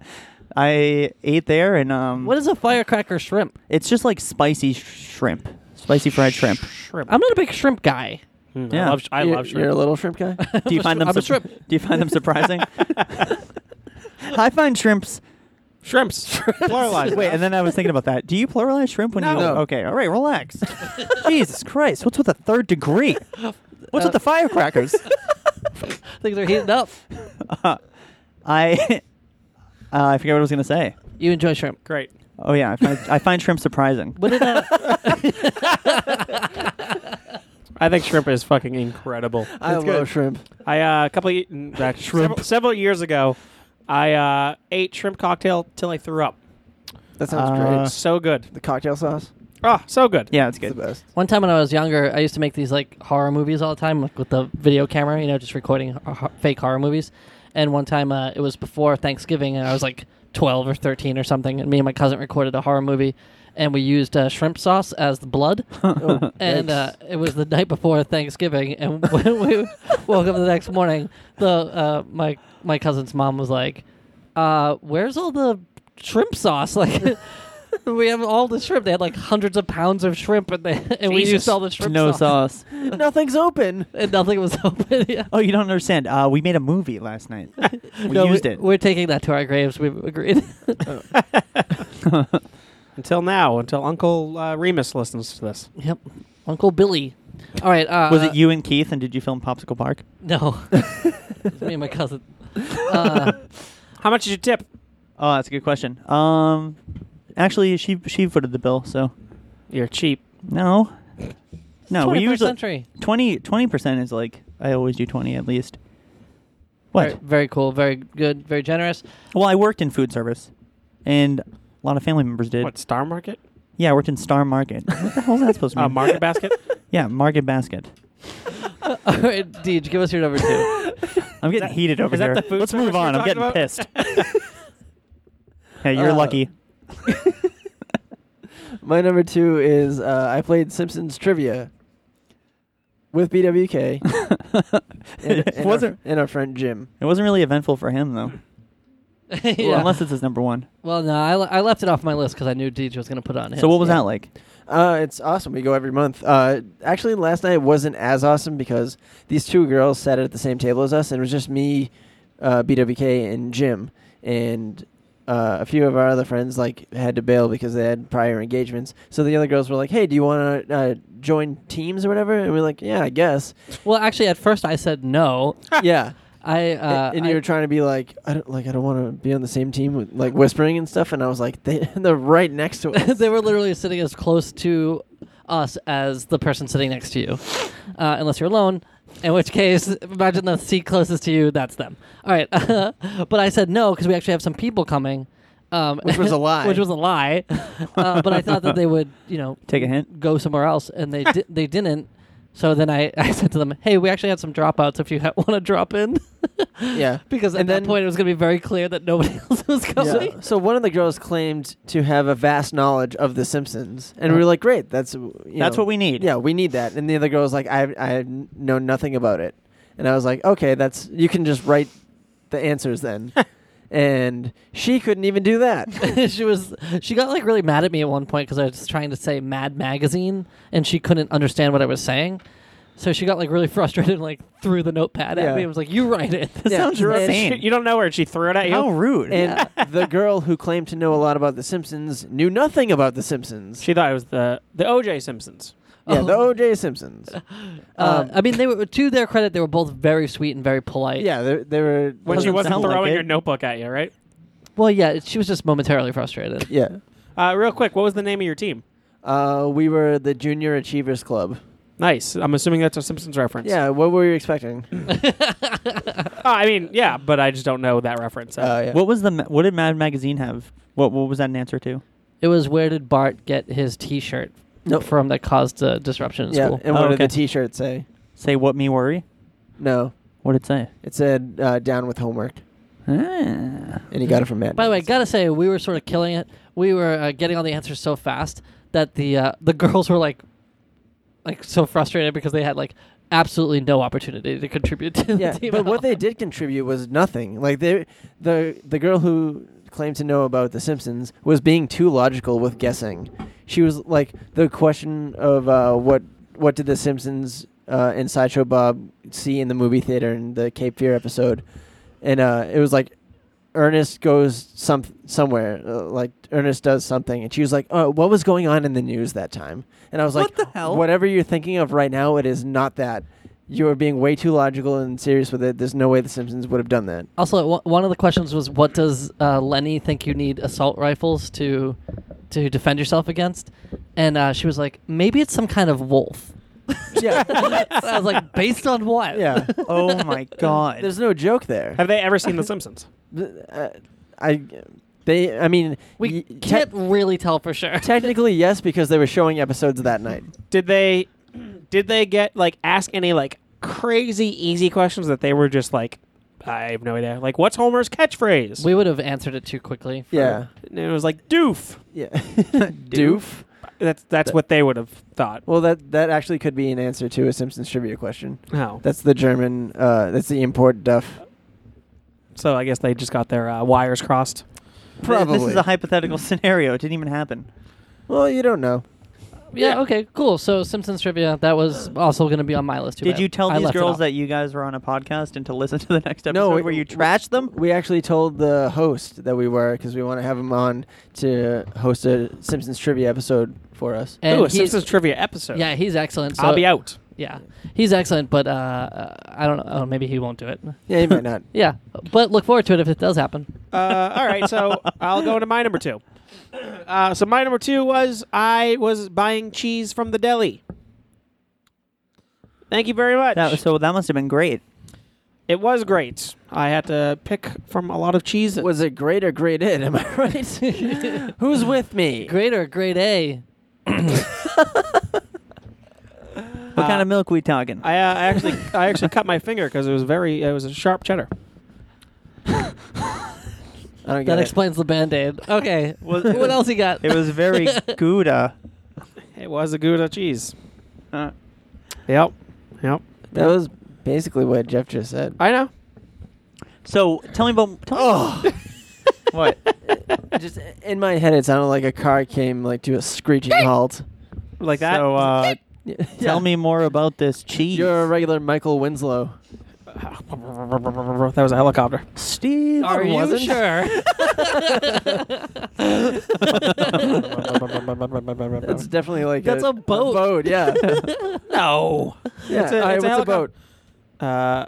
[LAUGHS] I ate there, and um,
What is a firecracker shrimp?
It's just like spicy sh- shrimp, spicy fried shrimp.
shrimp.
I'm not a big shrimp guy.
Mm,
Yeah.
I love, sh- I
you're,
love
You're a
shrimp.
little shrimp
[LAUGHS]
guy.
Do you
a
find
shri- I'm
them?
a
sup-
shrimp.
Do you find
[LAUGHS]
them surprising?
[LAUGHS]
I find shrimps.
Shrimps. Pluralized.
Wait,
[LAUGHS]
and then I was thinking about that. Do you pluralize shrimp when you?
No.
Okay, all right, relax.
[LAUGHS]
Jesus Christ, what's with the third degree? What's with the firecrackers? [LAUGHS]
[LAUGHS] Things are heating up.
I, uh, I forget what I was gonna say.
You enjoy shrimp.
Great.
Oh yeah, I find, I find shrimp surprising.
What did uh,
I think shrimp is fucking incredible.
I love
That's good.
shrimp.
I uh, a couple of, mm, uh,
Shrimp.
several, several years ago, I uh, ate shrimp cocktail till I threw up.
That sounds
Uh,
great.
So good.
The cocktail sauce.
Oh, so good.
Yeah, it's
It's the
good.
best.
One time when I was younger, I used to make these like horror movies all the time, like with the video camera, you know, just recording ho- ho- fake horror movies. And one time uh, it was before Thanksgiving, and I was like 12 or 13 or something, and me and my cousin recorded a horror movie, and we used uh, shrimp sauce as the blood.
Oh,
and
yikes.
uh, it was the night before Thanksgiving, and [LAUGHS] when we woke up the next morning, the uh, my my cousin's mom was like, uh, "Where's all the shrimp sauce? [LAUGHS] Like, we have all the shrimp. They had like hundreds of pounds of shrimp, and they and we
Jesus.
used all the shrimp
No
sauce,
sauce.
nothing's open.
[LAUGHS] and nothing was [LAUGHS] open. yeah.
Oh, you don't understand. Uh, we made a movie
[LAUGHS]
last night. We
No,
used
we-
it.
We're taking that to our graves. We've
[LAUGHS]
agreed.
Until now, until Uncle uh, Remus listens to this.
yep, Uncle Billy. All right. Uh,
Was it you and Keith, and did you film Popsicle Park?
No, [LAUGHS] it was me and my cousin. Uh,
How much did you tip?
Oh, that's a good question. Um, actually, she she footed the bill, so
You're cheap.
no, [LAUGHS] no. We
21st
usually
century.
20 percent is like I always do twenty at least. What?
Very, very cool. Very good. Very
[LAUGHS]
generous. [LAUGHS]
Well, I worked in food service, and a lot of family members did.
What, Star Market?
Yeah, I worked in Star Market. what the hell is that supposed to
[LAUGHS] Uh,
mean?
market basket?
yeah, Market Basket.
All right, Deej, give us your number two.
I'm getting
that-
heated over
is that
here.
the food
Let's
service
move on.
we're
I'm getting
talking
pissed.
[LAUGHS]
hey, you're
Uh,
lucky.
My number two is uh, I played Simpsons trivia with [LAUGHS] BWK and,
it
and
wasn't.
our, and our friend Jim.
It wasn't really eventful for him though.
[LAUGHS] Yeah.
Well, unless it's his number one.
Well, no, I, le- I left it off my list because I knew Deej was going to put it on his.
So what was
Yeah.
that like?
Uh, it's awesome. We go every month. Uh, actually, last night wasn't as awesome because these two girls sat at the same table as us, and it was just me, uh, BWK, and Jim, and uh, a few of our other friends like had to bail because they had prior engagements. So the other girls were like, "Hey, do you want to uh, join teams or whatever?" And we are like, "Yeah, I guess."
Well, actually, at first I said no.
yeah.
I
[LAUGHS] A-
uh,
and
I-
you were trying to be like, I don't like, I don't want to be on the same team with like whispering and stuff. And I was like, they, [LAUGHS] they're right next
[LAUGHS]
to us.
they were literally sitting as close to us as the person sitting next to you, uh, unless you're alone. In which case, imagine the seat closest to you, that's them. All right, [LAUGHS] but I said no because we actually have some people coming, um,
Which was a lie.
[LAUGHS] which was a
[LAUGHS]
lie. Uh, but I thought that they would, you know,
Take a hint.
go somewhere else, and they di- they didn't. So then I, [LAUGHS] I said to them, "Hey, we actually had some dropouts. If you ha- [LAUGHS] want to drop in,
yeah.
[LAUGHS] because at
And
that
then-
point it was going to be very clear that nobody [LAUGHS] else was coming."
So, so one of the girls claimed to have a vast knowledge of The Simpsons, and we were like, "Great, that's you
That's
know,
what we need.
Yeah, we need that." And the other girl was like, "I I know nothing about it," and I was like, "Okay, that's you can just write the answers then." and she couldn't even do that.
[LAUGHS] she was she got like really mad at me at one point because I was trying to say Mad Magazine, and she couldn't understand what I was saying. So she got like really [LAUGHS] frustrated and like threw the notepad
Yeah.
at me. and was like, "You write it." [LAUGHS]
That
Yeah.
sounds
You're a
insane.
you don't know her. and She threw it at you.
How rude.
And the girl who claimed to know a lot about The Simpsons knew nothing about The Simpsons.
She thought it was the, the OJ Simpsons.
yeah, the
Oh.
O.J. Simpsons.
Uh,
Um,
I mean, they were to their credit, they were both very sweet and very polite.
Yeah, they, they were.
When she
Doesn't
wasn't
sound like
throwing
it.
your notebook at you, right?
Well, yeah, she was just momentarily frustrated.
Yeah.
Uh, real quick, what was the name of your team?
Uh, we were the Junior Achievers Club.
Nice. I'm assuming that's a Simpsons reference.
Yeah, what were you expecting?
[LAUGHS]
Uh, I mean, yeah, but I just don't know that reference. so.
Uh, yeah.
What was the? ma- What did Mad Magazine have? What What was that an answer to?
It was where did Bart get his T-shirt
Nope.
from that caused a disruption in
yeah,
school?
and what
Oh,
did the
okay.
T-shirt say?
Say what me worry.
No,
What did it say?
it said uh, "down with homework,"
Ah.
and he got it from Matt.
By the way,
Nance.
gotta say we were sort of killing it. We were uh, getting all the answers so fast that the uh, the girls were like, like so frustrated because they had like absolutely no opportunity to contribute to
[LAUGHS]
yeah,
the team.
but
at
what
all.
they did contribute was nothing. Like they, the the girl who claimed to know about The Simpsons was being too logical with guessing. She was like the question of uh, what what did The Simpsons uh, and Sideshow Bob see in the movie theater in the Cape Fear episode, and uh, it was like Ernest goes some somewhere, uh, like Ernest does something, and she was like, "Oh, what was going on in the news that time?" And I was like,
What the hell?
Whatever you're thinking of right now, it is not that. You are being way too logical and serious with it. There's no way The Simpsons would have done that.
Also, w- one of the questions was, "What does uh, Lenny think you need assault rifles to to defend yourself against?" And uh, she was like, "Maybe it's some kind of wolf." [LAUGHS]
yeah,
And I was like, "Based on what?"
yeah.
Oh my god.
There's no joke there.
Have they ever seen The Simpsons?
Th- uh, I, they, I mean,
[LAUGHS] we
y- te-
can't really tell for sure.
technically, yes, because they were showing episodes that night.
Did they? Did they get like ask any like crazy easy questions that they were just like, I have no idea. Like, what's Homer's
[LAUGHS]
catchphrase?
we would have answered it too quickly. for-
Yeah,
and it was like doof.
yeah. [LAUGHS] Doof.
That's that's what they would have thought.
Well, that that actually could be an answer to a Simpsons trivia question.
No.
That's the German. Uh, that's the import duff.
So I guess they just got their uh, wires crossed.
Th- This is a hypothetical scenario. It didn't even happen.
well, you don't know.
Yeah,
Yeah.
Okay. Cool. So Simpsons trivia. That was also going to be on my list. Too
Did
bad.
you tell
I
these
left it
girls
off.
that you guys were on a podcast and to listen to the next episode
we-
where you trashed them?
We actually told the host that we were because we want to have him on to host a Simpsons trivia episode for us.
And
Ooh, a
he's-
Simpsons trivia episode.
Yeah, he's excellent. So,
I'll be out.
Yeah, he's excellent, but uh, uh, I don't know. Oh, maybe he won't do it.
Yeah, he might not.
Yeah, but look forward to it if it does happen.
[LAUGHS] uh, all right, so I'll go into my number two. Uh, so my number two was I was buying cheese from the deli. Thank you very much.
That was, so that must have been great.
it was great. I had to pick from a lot of cheese.
Was it great or great in? Am I right? [LAUGHS] Who's with me?
Grade or grade A?
What kind of milk we talking?
I, uh, I actually I actually cut my finger because it was very it was a sharp cheddar.
I don't get
That
it.
explains the band aid. Okay. [LAUGHS]
Was-
what else you got?
it was
[LAUGHS]
[LAUGHS] very Gouda.
It was a Gouda cheese.
Uh,
Yep, yep.
that was basically what Jeff just said.
[LAUGHS] I know.
so tell me about. Tell [LAUGHS] me what?
[LAUGHS] just in my head, it sounded like a car came like to a screeching halt.
Like that.
So [LAUGHS] uh,
[LAUGHS] Yeah.
tell me more about this cheese.
You're a regular Michael Winslow.
[LAUGHS] that was a helicopter.
Steve.
Are you
wasn't.
[LAUGHS]
sure?
[LAUGHS]
That's definitely like
That's a boat.
boat,
[LAUGHS]
yeah.
No.
yeah.
It's a-
All right, what's
it's a
a
helicop-
boat?
Uh,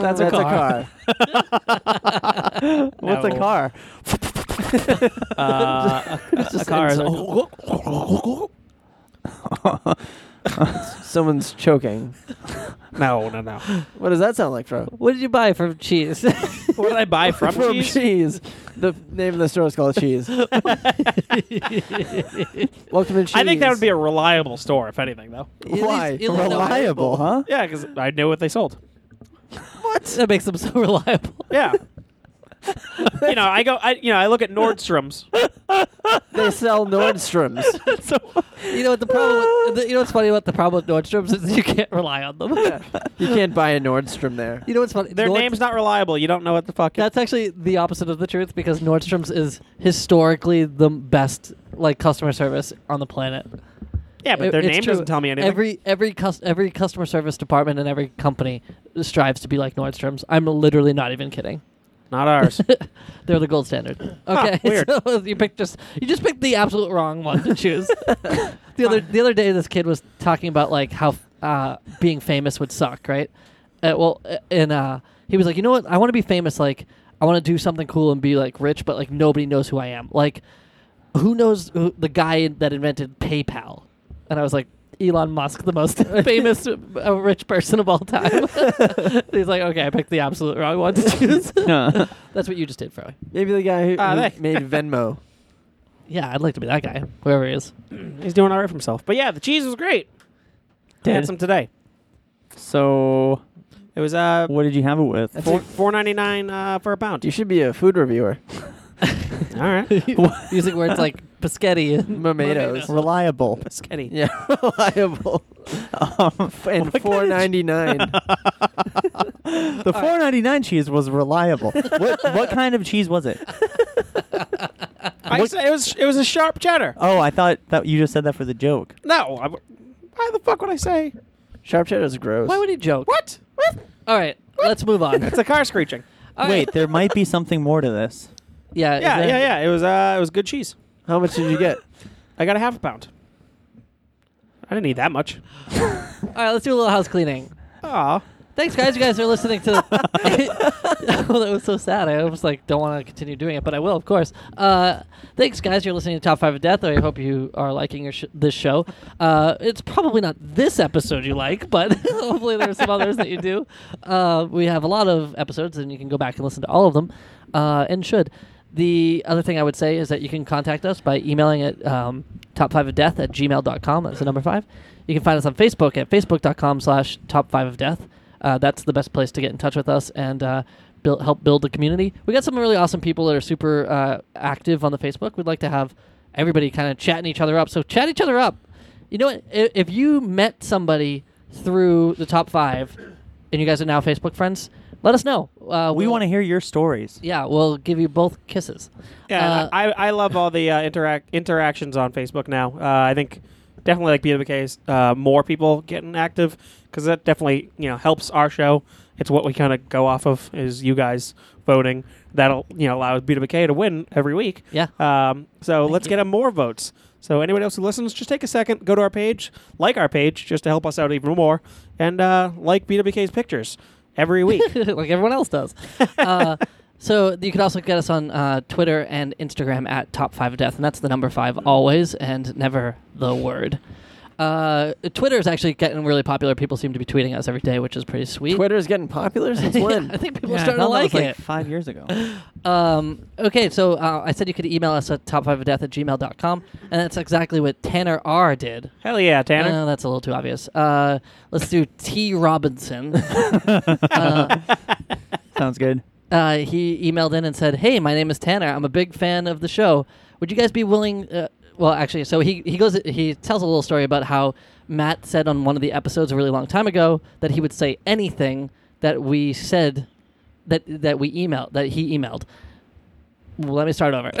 That's, a, car.
[LAUGHS]
What's a
No.
car?
uh, a, a- a car is.
Someone's choking.
[LAUGHS] No, no, no.
What does that sound like, Fro?
[LAUGHS]
what did you buy from [LAUGHS] cheese?
What did I
[LAUGHS]
buy from,
From
cheese? [LAUGHS]
cheese. The name of the store is called Cheese. Welcome to Cheese.
I think that would be a reliable store, if anything, though.
At
why
least- at least they're
reliable,
[LAUGHS]
huh?
Yeah, because I knew what they sold.
what? That makes them so reliable. [LAUGHS]
Yeah. [LAUGHS] you know, I go. I you know, I look at Nordstrom's.
They sell Nordstroms.
[LAUGHS]
You know what the problem? With, the- you know what's funny about the problem with Nordstroms is you can't rely on them.
you can't buy a Nordstrom there.
You know what's funny?
Their
Nord-
name's not reliable. You don't know what the fuck. it-
That's actually the opposite of the truth because Nordstrom's is historically the best like customer service on the planet.
yeah, but
It-
their
it's
name
true.
doesn't tell me anything.
Every every cus- every customer service department and every company strives to be like Nordstrom's. I'm literally not even kidding. [LAUGHS]
not ours.
They're the gold standard. Okay,
weird.
[LAUGHS] so you picked just you just picked the absolute wrong one to choose. the other the other day, this kid was talking about like how uh, being famous would suck, right? Uh, well, uh, and uh, he was like, you know what? I want to be famous. Like, I want to do something cool and be like rich, but like nobody knows who I am. Like, who knows who, the guy that invented PayPal? And I was like, Elon Musk, the most famous uh, rich person of all time. [LAUGHS] He's like, okay, I picked the absolute wrong one to choose.
No.
That's what you just did, Froey.
Maybe the guy who,
Ah,
who
there. [LAUGHS]
made Venmo.
Yeah, I'd like to be that guy, whoever he is.
He's doing all right for himself. But yeah, the cheese was great. I had
Did.
some today.
[LAUGHS] so,
It was uh
what did you have it with?
four four ninety nine uh, for a pound. [LAUGHS]
You should be a food reviewer.
all
[LAUGHS]
right,
Using words [LAUGHS] like biscotti and [LAUGHS]
Tomatoes.
Reliable.
Biscotti.
Yeah, [LAUGHS] reliable.
Um,
And four ninety
[LAUGHS]
nine.
the four ninety nine cheese was reliable. what what kind of cheese was it?
I said it was it was a sharp cheddar.
Oh, I thought that you just said that for the joke.
No, I, why the fuck would I say
Sharp cheddar's gross.
Why would he joke?
what? What?
All right, let's move on.
It's a car
[LAUGHS]
screeching.
[LAUGHS] All
Wait,
right.
there might be something more to this.
Yeah, is
yeah,
there-
yeah,
[LAUGHS]
yeah. It was uh it was good cheese.
How much did you
[LAUGHS]
get?
I got a half a pound. I didn't eat that
[GASPS]
much.
All right, let's do a little house cleaning.
Aw.
Thanks, guys. You guys are listening to. [LAUGHS] well, that was so sad. I was like, don't want to continue doing it, but I will, of course. Uh, thanks, guys. You're listening to Top Five of Death. I hope you are liking your sh- this show. Uh, it's probably not this episode you like, but [LAUGHS] hopefully there are some others that you do. Uh, we have a lot of episodes, and you can go back and listen to all of them, uh, and should. The other thing I would say is that you can contact us by emailing at um, top5ofdeath at gmail.com. That's the number five. You can find us on Facebook at facebook.com slash top5ofdeath. Uh, that's the best place to get in touch with us and uh, build, help build the community. We got some really awesome people that are super uh, active on the Facebook. We'd like to have everybody kind of chatting each other up. So chat each other up. You know what? I- If you met somebody through the top five and you guys are now Facebook friends, let us know. Uh,
We
we'll-
want to hear your stories.
Yeah, we'll give you both kisses.
Yeah,
Uh,
I, I love all the uh, interact interactions on Facebook now. Uh, I think definitely like BWK's, uh, more people getting active because that definitely you know helps our show. It's what we kind of go off of is you guys voting. That'll you know allow BWK to win every week.
Yeah.
Um, so let's
you.
get him more votes. So anybody else who listens, just take a second, go to our page, like our page, just to help us out even more, and uh, like BWK's pictures
[LAUGHS]
every week.
like everyone else does. uh, so you can also get us on uh, Twitter and Instagram at Top Five of Death, and that's the number five always and never the word. Uh, Twitter is actually getting really popular. People seem to be tweeting us every day, which is pretty sweet. [LAUGHS]
Twitter's getting popular
[LAUGHS]
since
Yeah,
when?
I think people
Yeah,
are
I
starting to
thought that
like
was
it.
five years
[LAUGHS]
ago.
Um, okay, so uh, I said you could email us at top5ofdeath at gmail.com, and that's exactly what Tanner R did.
Hell yeah, Tanner.
Uh, that's a little too obvious. Uh, let's do T. Robinson.
Uh,
[LAUGHS]
Sounds good.
uh, he emailed in and said, "Hey, my name is Tanner. I'm a big fan of the show. Would you guys be willing?" Uh, well, actually, so he he goes he tells a little story about how Matt said on one of the episodes a really long time ago that he would say anything that we said that that we emailed that he emailed. Well, let me start over.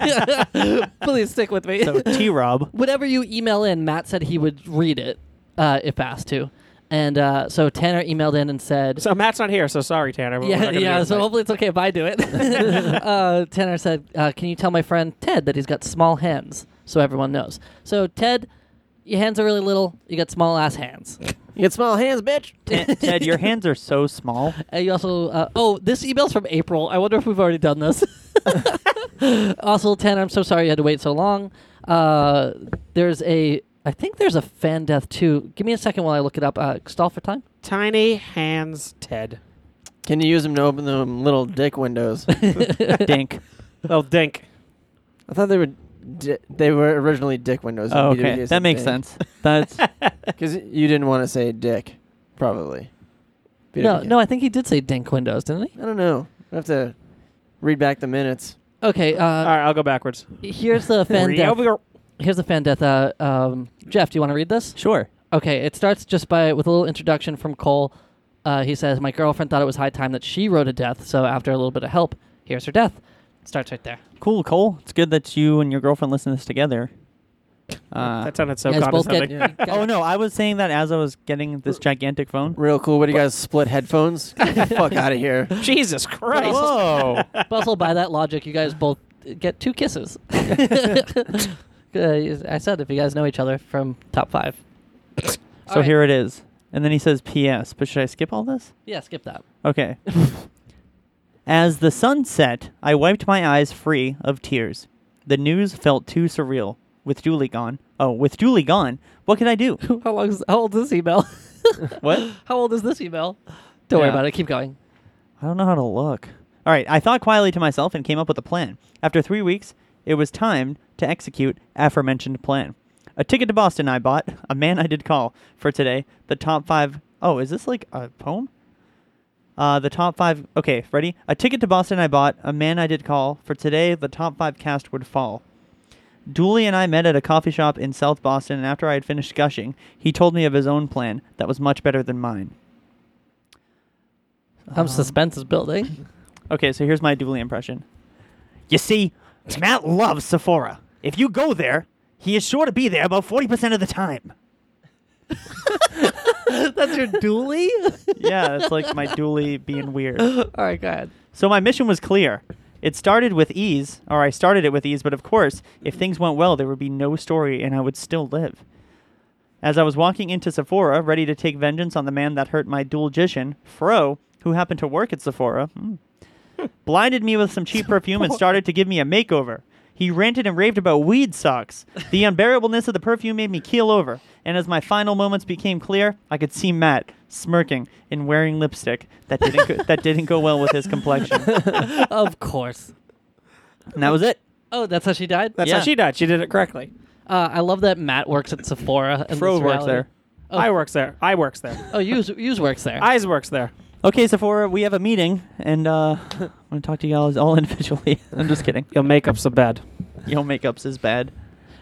[LAUGHS] Please stick with me
So T Rob.
whatever you email in, Matt said he would read it uh, if asked to. And uh, so Tanner emailed in and said,
So Matt's not here, so sorry, Tanner. but we're not
yeah,
gonna do
yeah.
it
So
tonight.
hopefully it's okay if I do
[LAUGHS]
it. [LAUGHS] uh, Tanner said, uh, "Can you tell my friend Ted that he's got small hands, so everyone knows?" So Ted, your hands are really little. You got small ass
[LAUGHS]
hands.
You get small hands, bitch.
Ted, your hands are so small.
Uh, you also, uh, oh, this email's from April. I wonder if we've already done
[LAUGHS]
this. [LAUGHS] also, Tanner, I'm so sorry you had to wait so long. Uh, there's a, I think there's a fan death too. Give me a second while I look it up. Uh, stall for
[LAUGHS]
time. [LAUGHS]
Tiny hands, Ted.
Can you use them to open them little dick
[LAUGHS]
windows?
[LAUGHS] Dink.
Little Oh, dink.
I thought they were di- they were originally dick windows.
Oh, okay, that makes sense. [LAUGHS] That's
[LAUGHS]
Because you didn't want to say dick, probably.
No, no, I think he did say dink windows, didn't he?
I don't know. I have to read back the minutes.
Okay. Uh,
All right, I'll go backwards.
Here's the fan
Three
death.
over your-
Here's the fan death. Uh, um, Jeff, do you want to read this?
sure.
Okay, it starts just by with a little introduction from Cole. Uh, he says, "My girlfriend thought it was high time that she wrote a death, so after a little bit of help, here's her death." It starts right there.
Cool, Cole. It's good that you and your girlfriend listen to this together. Uh,
that sounded so
You guys both
condescending.
get-
[LAUGHS]
you
oh
guys-
no, I was saying that as I was getting this gigantic phone.
Real cool. What do you guys split
[LAUGHS]
headphones? Get the fuck out of here.
[LAUGHS] Jesus
[LAUGHS]
Christ.
Whoa.
Puzzled by that logic, you guys both get two kisses.
[LAUGHS]
Uh, I said if you guys know each other from top five.
so here it is. And then he says PS, but should I skip all this?
Yeah, skip that. [LAUGHS]
Okay. As the sun set, I wiped my eyes free of tears. The news felt too surreal. With Julie gone, Oh, with Julie gone, what could I do?
How long is how old is this email?
[LAUGHS] What?
How old is this email? Don't worry
Yeah.
about it. Keep going.
I don't know how to look. All right, I thought quietly to myself and came up with a plan. After three weeks, it was time to execute aforementioned plan. A ticket to Boston I bought, a man I did call for today, the top five oh is this like a poem? Uh, the top five. Okay, ready? A ticket to Boston I bought, a man I did call for today, the top five cast would fall. Dooley and I met at a coffee shop in South Boston, and after I had finished gushing, he told me of his own plan that was much better than mine.
Some
Um,
suspense is building.
[LAUGHS]
[LAUGHS]
Okay, so here's my Dooley impression. You see, Matt loves Sephora. If you go there, he is sure to be there about 40% of the time.
That's your dually.
yeah, it's
[LAUGHS]
like my Dooley being [LAUGHS] weird.
All right, go ahead.
So my mission was clear. It started with ease, or I started it with ease, but of course, if things went well, there would be no story and I would still live. As I was walking into Sephora, ready to take vengeance on the man that hurt my dual-gician, Fro, who happened to work at Sephora, hmm, blinded me with some cheap perfume and started to give me a makeover. He ranted and raved about weed socks. The unbearableness of the perfume made me keel over, and as my final moments became clear, I could see Matt smirking and wearing lipstick that didn't go, that didn't go well [LAUGHS] with his complexion.
[LAUGHS] of course.
And that was it.
Oh, that's how she died.
That's
Yeah.
how she died. She did it correctly.
Uh, I love that Matt works at Sephora. And
Fro
this
works
reality-
there.
Oh.
I works there. I works there.
Oh, Yous, Yous works there.
Eyes works there.
Okay, Sephora, we have a meeting, and uh, I'm gonna talk to y'all all [LAUGHS] individually. I'm just kidding.
Your makeup's a bad.
Your makeup's is bad.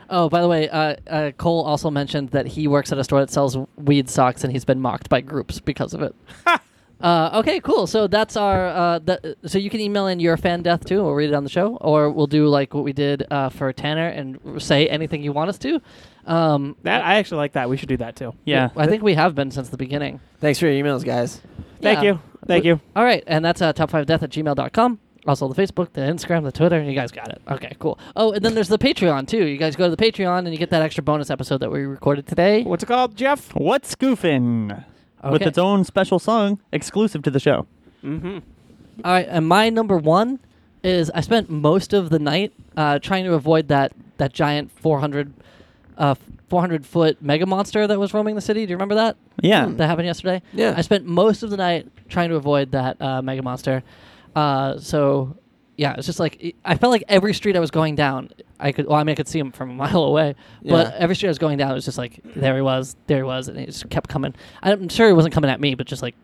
oh, by the way, uh, uh, Cole also mentioned that he works at a store that sells weed socks, and he's been mocked by groups because of it. [LAUGHS] uh, okay, cool. So that's our. Uh, that, so you can email in your fan death too. and We'll read it on the show, or we'll do like what we did uh, for Tanner and r- say anything you want us to. Um,
That I actually like that. We should do that too.
Yeah.
I think we have been since the beginning.
Thanks for your emails, guys.
Thank
Yeah.
you. Thank you.
All right, and that's uh, top five death at gmail.com. Also, the Facebook, the Instagram, the Twitter. You guys got it. Okay, cool. Oh, and then there's the Patreon, too. You guys go to the Patreon and you get that extra bonus episode that we recorded today.
What's it called, Jeff?
What's goofin'? With
Okay.
its own special song, exclusive to the show.
Mm-hmm.
All right, and my number one is I spent most of the night uh, trying to avoid that, that giant 400, uh, 400 foot mega monster that was roaming the city. Do you remember that?
Yeah.
Hmm, that happened yesterday.
Yeah.
I spent most of the night trying to avoid that uh, mega monster. Uh, so, yeah, it's just like e, I felt like every street I was going down, I could. Well, I mean, I could see him from a [LAUGHS] mile away, but
Yeah.
every street I was going down, it was just like there he was, there he was, and he just kept coming. I'm sure he wasn't coming at me, but just like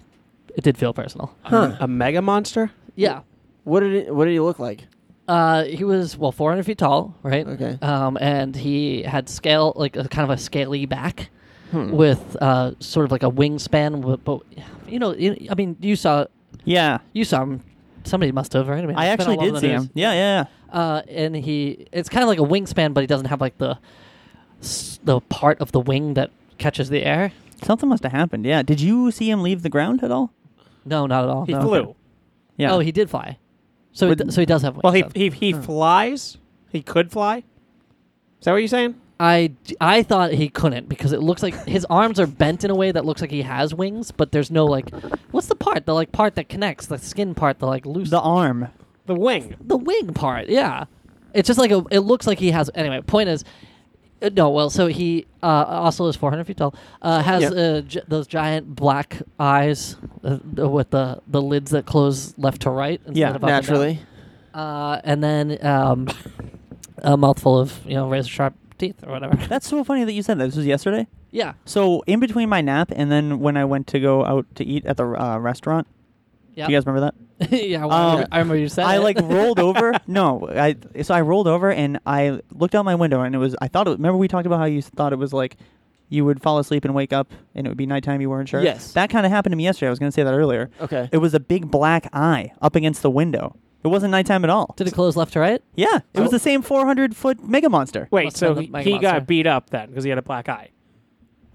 it did feel personal.
Huh.
A mega monster.
Yeah.
What did it, what did he look like?
Uh, he was well 400 feet tall, right?
Okay.
Um, and he had scale like a kind of a scaly back,
Hmm.
with uh, sort of like a wingspan. wi- But you know, you, I mean, you saw
Yeah.
you saw him. Somebody must have, right? mean,
I
it's been
actually
all over
did
the
see
news.
him. Yeah, yeah,
Uh, and he, it's kind of like a wingspan, but he doesn't have like the s- the part of the wing that catches the air.
yeah. Something must have happened. Yeah. Did you see him leave the ground at all?
No, not at all.
He
no.
flew.
Yeah.
Oh, he did fly. So, he
Would-
d- so he does have. Wings
Well, he
then.
he, he flies. He could fly. Is that what you're saying?
I, d- I thought he couldn't because it looks like his arms are bent in a way that looks like he has wings, but there's no like, what's the part? The like part that connects the skin part, the like loose
the arm.
The wing.
the wing part. Yeah, it's just like a. It looks like he has. Anyway, point is, uh, no. Well, so he uh, also is 400 feet tall. Uh, has
Yep.
uh, gi- those giant black eyes uh, th- with the the lids that close left to right. Instead
Yeah,
of up and down.
Naturally.
Uh, and then um, a mouthful of you know razor sharp teeth or whatever.
That's so funny that you said that. This was yesterday.
yeah,
So in between my nap and then when I went to go out to eat at the uh, restaurant,
yeah,
do you guys remember that?
[LAUGHS] yeah. well, I
Um,
remember- I remember you said.
I
it.
like rolled over. No, I so I rolled over and I looked out my window and it was I thought it remember we talked about how you thought it was like you would fall asleep and wake up and it would be nighttime you weren't sure.
Yes.
That kind of happened to me yesterday. I was going to say that earlier.
Okay.
It was a big black eye up against the window. It wasn't nighttime at all.
Did it close left [LAUGHS] to right?
yeah, it was
So-
the same 400 foot mega monster.
Wait,
Must've
so
been the
he,
mega
he
monster.
got beat up then because he had a black eye.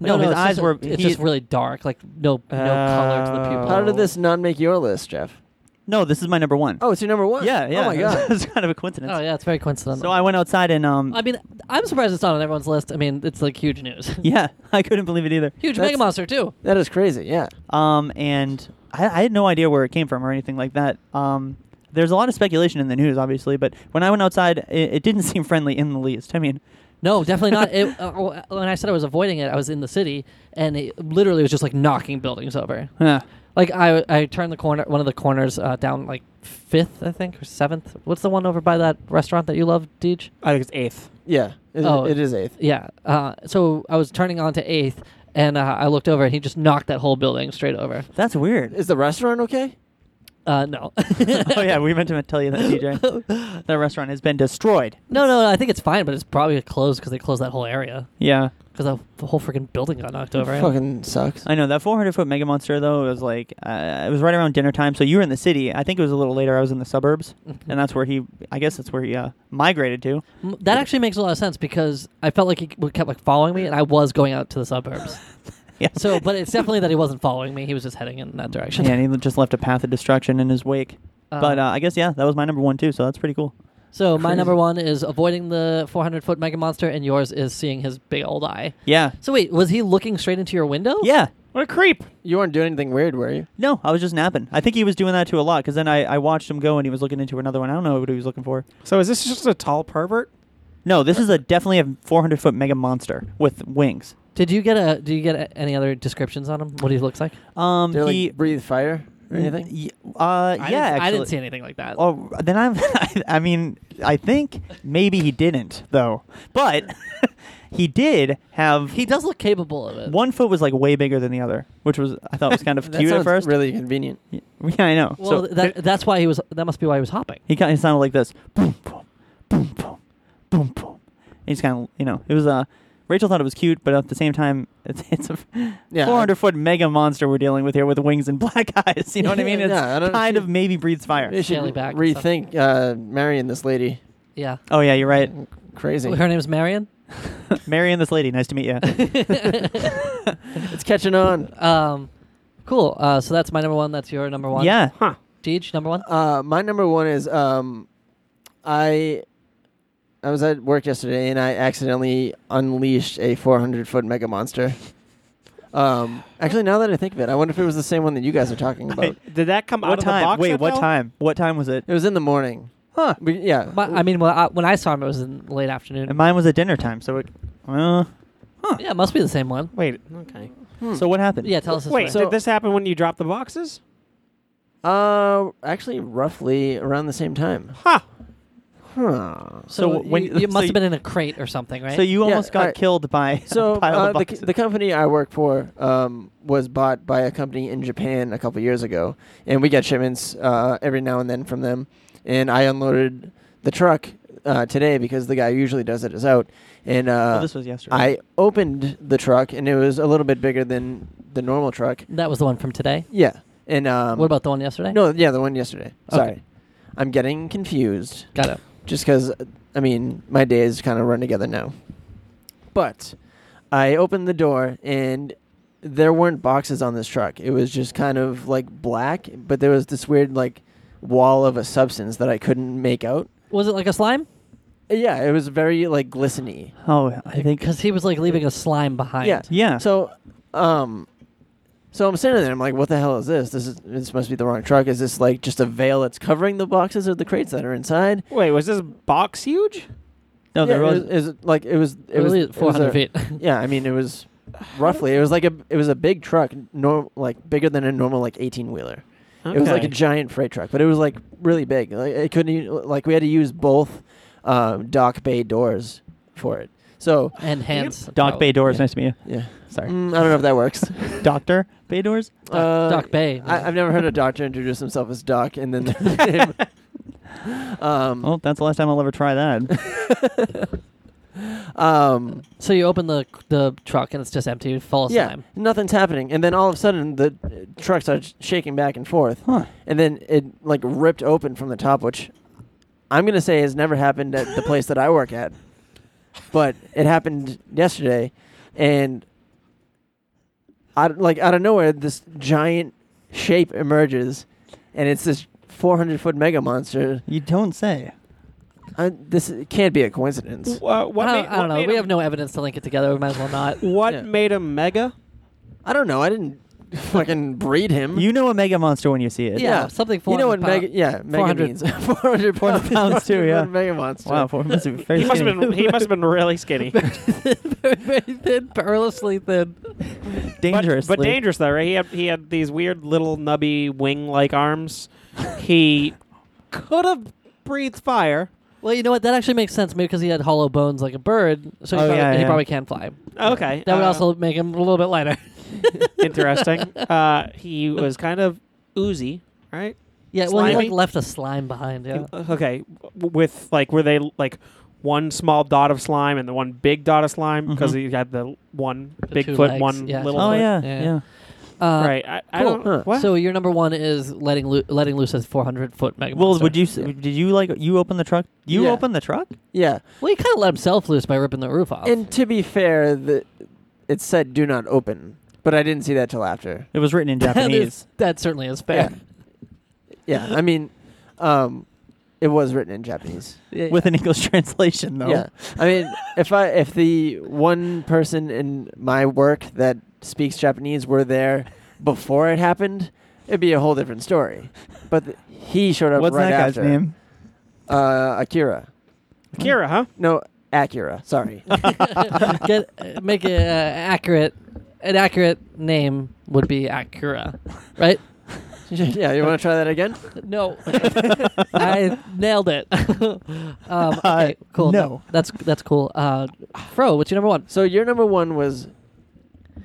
No, his
it's
eyes
just a-
were-
It's
he-
just really dark, like no no color to the
Oh.
pupil.
How did this not make your list, Jeff?
No, this is my number one.
Oh, it's your number one.
yeah, yeah.
Oh my
[LAUGHS]
god.
it's kind of a coincidence.
Oh yeah, it's very coincidental.
So I went outside and um
I mean, I'm surprised it's not on everyone's list. I mean, it's like huge news.
[LAUGHS] yeah, I couldn't believe it either.
[LAUGHS] huge
That's-
Mega Monster too.
that is crazy. Yeah.
Um, and I, I had no idea where it came from or anything like that. Um, [LAUGHS] there's a lot of speculation in the news, obviously, but when I went outside, it, it didn't seem friendly in the least. I mean,
No, definitely not. It, uh, w- when I said I was avoiding it, I was in the city, and it literally was just like knocking buildings
[LAUGHS]
over.
Huh.
Like I, I turned the corner, one of the corners uh, down, like fifth, I think, or seventh. What's the one over by that restaurant that you love, Deej?
I think it's eighth.
Yeah, it,
Oh.
it is eighth.
Yeah. Uh, so I was turning onto eighth, and uh, I looked over, and he just knocked that whole building straight over.
That's weird.
Is the restaurant okay?
Uh, no.
[LAUGHS] oh yeah, we meant to tell you that,
[LAUGHS]
DJ. that restaurant has been destroyed.
No, no, no, I think it's fine, but it's probably closed because they closed that whole area
Yeah,
because the, the whole freaking building got knocked over.
Fucking sucks.
I know that 400 foot mega monster though was like uh, it was right around dinner time. So you were in the city. I think it was a little later. I was in the suburbs, and that's where he. I guess that's where he uh, migrated to.
M- That actually makes a lot of sense because I felt like he c- kept like following me, and I was going out to the suburbs.
[LAUGHS] Yeah.
So, but it's definitely that he wasn't following me; he was just heading in that direction.
Yeah, and he just left a path of destruction in his wake.
Uh-huh.
but uh, I guess yeah, that was my number one too. So that's pretty cool.
so my
crazy. [LAUGHS]
number one is avoiding the 400 foot mega monster, and yours is seeing his big old eye.
Yeah,
So wait, was he looking straight into your window?
yeah.
What a creep!
You weren't doing anything weird, were you?
No, I was just napping. I think he was doing that to a lot because then I, I watched him go and he was looking into another one. I don't know what he was looking for.
So is this just a tall pervert?
No, this is a definitely a 400 foot mega monster with wings.
Did you get a? Do you get a, any other descriptions on him? What he looks like?
Um,
Did it,
he Mm,
like breathe fire or anything?
y- uh,
I
yeah,
didn't,
actually.
I didn't see anything like that.
Oh, then I'm. [LAUGHS] I mean, I think maybe he didn't though, but [LAUGHS] he did have.
he does look capable of it.
one foot was like way bigger than the other, which was I thought was kind of
[LAUGHS] That
cute at
sounds
first.
really convenient.
[LAUGHS] yeah, I know.
Well,
so
that, that's why he was. That must be why he was hopping.
He kind of sounded like this: boom, boom, boom, boom, boom, boom. And he's kind of, you know, it was Uh, Rachel thought it was cute, but at the same time, [LAUGHS] it's, it's a
Yeah.
400 foot mega monster we're dealing with here with wings and [LAUGHS] black eyes. You know what I mean? It's
[LAUGHS] Yeah, I don't-
kind of maybe breathes fire.
You should
Scaly back and stuff.
rethink uh, marrying this lady.
Yeah.
Oh yeah,
[LAUGHS]
you're right. [LAUGHS]
Crazy.
Her name's Marion.
Mary and this lady, nice to
[LAUGHS]
meet you.
It's catching on.
Um, cool. Uh, so that's my number one. That's your number one.
yeah,
Huh.
Deej, number one.
Uh, my number one is um, I I was at work yesterday and I accidentally unleashed a 400 foot mega monster. Um, actually, now that I think of it, I wonder if it was the same one that you guys are talking about.
Wait, did that come out
what
of
time?
the box?
Wait,
that
what
fell?
time? What time was it?
It was in the morning.
Huh.
But yeah,
My, I mean, well, I, when I saw him, it was in late afternoon.
And mine was at dinner time, so it. Uh,
yeah, it must be the same one.
Wait. Okay.
Hmm.
So what happened?
Yeah, tell us this.
Wait.
way.
did this happen when you dropped the boxes?
uh, actually, roughly around the same time.
Huh.
Huh.
so
so when-
you, you
so
must
you-
have been in a crate or something, right?
So you
Yeah,
almost got
alright.
killed by [LAUGHS]
So
a pile
uh,
of
the,
boxes.
the company I work for um, was bought by a company in Japan a couple years ago, and we get shipments uh, every now and then from them. And I unloaded the truck uh, today because the guy who usually does it is out. And uh,
oh, this was yesterday.
I opened the truck, and it was a little bit bigger than the normal truck.
that was the one from today.
Yeah. And um,
what about the one yesterday?
No, yeah, the one yesterday.
Okay.
Sorry, I'm getting confused
Got it.
just because I mean my days kind of run together now. But I opened the door and there weren't boxes on this truck. It was just kind of like black, but there was this weird like wall of a substance that I couldn't make out.
Was it like a slime?
Yeah, it was very like glisteny.
oh,
[LAUGHS]
I think
Because he was like leaving a slime behind.
Yeah.
yeah.
So, um, so I'm sitting there. I'm like, what the hell is this? This is this must be the wrong truck. Is this like just a veil that's covering the boxes or the crates that are inside?
Wait, was this box huge?
no,
Yeah,
there
it
was,
was, it was, like it was it was
Really,
it was
400
a-
feet.
Yeah, I mean it was roughly it was like a it was a big truck, norm like bigger than a normal like eighteen wheeler. It was like a
Okay.
giant freight truck, but it was like really big. Like it couldn't even, like we had to use both um, dock bay doors for it. So
[LAUGHS] and hands.
Doc
probably.
Bay Doors. Nice to meet you.
Oh, yeah,
Sorry,
Mm, I don't know if that works.
Doctor Bay Doors.
Uh,
Doc Bay.
I, I've never heard a doctor introduce himself as Doc and then [LAUGHS] their name. um,
Well, that's the last time I'll ever try that.
um,
So you open the the truck and it's just empty, full of
yeah,
slime.
nothing's happening, and then all of a sudden the uh, truck starts shaking back and forth.
huh.
and then it like ripped open from the top, which I'm gonna say has never happened at the place that I work at, but it happened yesterday, and out like out of nowhere, this giant shape emerges, and it's this 400 foot mega monster.
You don't say.
I, this can't be a coincidence.
Uh, what
I
made,
don't, I don't
what
know.
made
We
him-
have no evidence to link it together. We might as well not.
What
Yeah.
made him mega?
I don't know. I didn't [LAUGHS] fucking breed him.
You know a mega monster when you see it.
Yeah. something
You know what
400
mega? Yeah, mega
400
means [LAUGHS] 400 pounds.
pounds too, yeah.
mega monster.
Wow. Four, must have very
He must have
skinny.
been. He must have been
[LAUGHS]
really skinny.
very, [LAUGHS] very thin, perilously thin.
But-
dangerous.
But, dangerous though, right? He had he had these weird little nubby wing-like arms. he could have breathed fire.
Well, you know what? That actually makes sense. Maybe because he had hollow bones like a bird, so he,
Oh,
probably,
yeah,
he
yeah.
probably can fly.
Okay,
That would
uh,
also make him a little bit lighter.
interesting. uh, he was kind of oozy, right?
[LAUGHS] yeah, well, he like
Slimy?
left a slime behind. Yeah.
Okay, w- with like were they like one small dot of slime and the one big dot of slime because
Mhm.
he had the one
Mm-hmm. The
big
two
foot,
legs,
one
yeah.
little.
Oh
foot.
yeah.
Yeah.
Yeah.
Uh,
Right. I, I
Cool.
don't.
Huh.
What?
So your number one is letting loo- letting loose a 400 foot mega.
Well,
monster.
would you? s Did you like? You open the truck? You
Yeah.
open the truck?
Yeah.
Well, he kind of let himself loose by ripping the roof off.
[LAUGHS]
And to be fair, the, it said do not open, but I didn't see that till after.
It was written in
that,
Japanese.
is, that certainly is fair.
Yeah,
[LAUGHS]
I mean, um, it was written in Japanese.
Yeah,
With an English [LAUGHS] translation, though.
Yeah, I mean, if I if the one person in my work that speaks Japanese were there before it happened, it'd be a whole different story. But th- he showed up
What's
right
that guy's
after.
name?
Uh, Akira.
Kira, huh?
No, Akira.
[LAUGHS]
Sorry.
[LAUGHS]
[LAUGHS]
Get uh, make it uh, accurate. An accurate name would be Acura, right?
yeah, you want to try that again?
[LAUGHS] No, [LAUGHS] I nailed it. [LAUGHS] um, okay, cool.
Uh, no.
that's that's cool. Uh, Fro, what's your number one?
So your number one was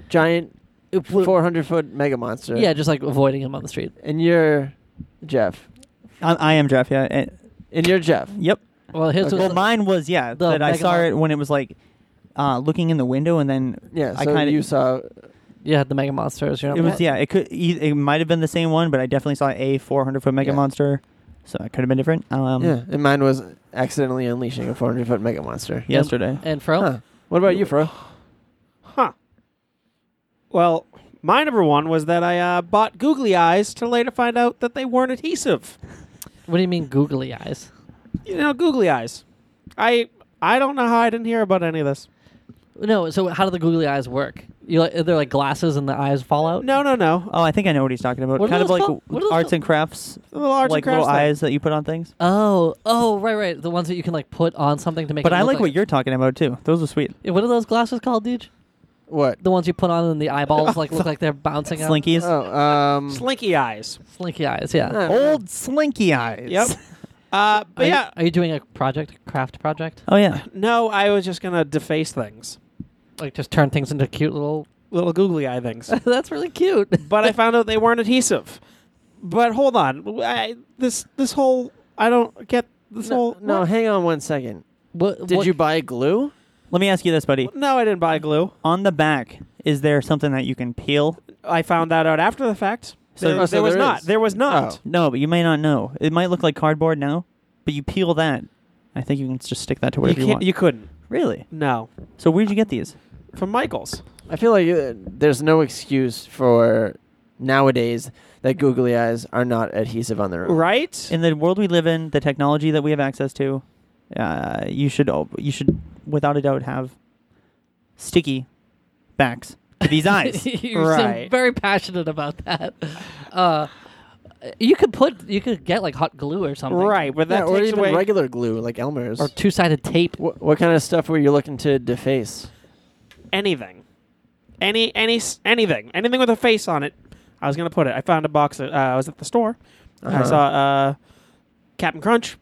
giant,
If we-
four hundred foot mega monster.
Yeah, just like avoiding him on the street.
and you're Jeff.
Uh,
I, I am Jeff. Yeah. Eh,
And you're Jeff.
yep. Uh,
Well, his
Okay.
was
Well, mine was yeah.
the
That I saw
Megamon-
it when it was like uh, looking in the window, and then
Yeah.
I
So
kind
you
of
saw.
you had the mega monsters. You know,
it was yeah. It could e- it might have been the same one, but I definitely saw a 400 foot mega
Yeah.
monster, so it could have been different. Um,
yeah, and mine was accidentally unleashing a four hundred foot mega monster.
Yesterday.
And Fro,
Huh. What about you, Fro?
Huh. Well, my number one was that I uh, bought googly eyes to later find out that they weren't adhesive.
what do you mean googly eyes?
You know, googly eyes. I I don't know how I didn't hear about any of this.
No, so how do the googly eyes work? You like they're like glasses and the eyes fall out.
No, no, no. Uh,
Oh, I think I know what he's talking about.
What are
kind of
those
like
called? What are
w-
those
arts
called?
and crafts,
The little arts and
like little
crafts thing.
eyes that you put on things.
Oh, oh, right, right. The ones that you can like put on something to make.
But
it
I
look
like what you're talking about too. Those are sweet.
Yeah, What are those glasses called, Deej?
What?
The ones you put on and the eyeballs like look like they're bouncing out.
Slinkies.
Uh.
Oh, um,
Slinky eyes.
Slinky eyes. Yeah.
uh,
Old slinky eyes. [LAUGHS]
Yep. Uh,
Are
but
you-
yeah,
are you doing a project, a craft project?
Oh yeah.
no, I was just gonna deface things,
Like just turn things into cute little.
little googly eye things.
[LAUGHS] That's really cute.
but I found out they weren't adhesive. But hold on, I, this this whole I don't get this
no,
whole
no, hang on one second.
[LAUGHS] What,
Did
what- [LAUGHS]
you buy glue?
Let me ask you this, buddy.
No, I didn't buy glue.
On the back, is there something that you can peel?
I found that out after the fact.
So-
there,
Oh, so
there was
there
not.
is.
There was not.
No, but you may not know. It might look like cardboard now, but you peel that. I think you can just stick that to
You,
whatever Oh, you,
can't,
want.
you couldn't.
really?
No.
So where'd you get these?
From Michaels.
I feel like uh, there's no excuse for nowadays that googly eyes are not adhesive on their own.
Right?
In the world we live in, the technology that we have access to, uh, you should al- you should without a doubt have sticky backs to these
[LAUGHS]
eyes.
you seem
Right.
very passionate about that. Uh, you could put, you could get like hot glue or something,
Right. But
Yeah,
that
or
takes
even
away.
regular glue like Elmer's.
Or two sided tape.
Wh- what kind of stuff were you looking to deface?
anything. Any any s- anything. Anything with a face on it. I was gonna put it. I found a box. At, uh, I was at the store. I
Uh-huh.
saw uh, Captain Crunch.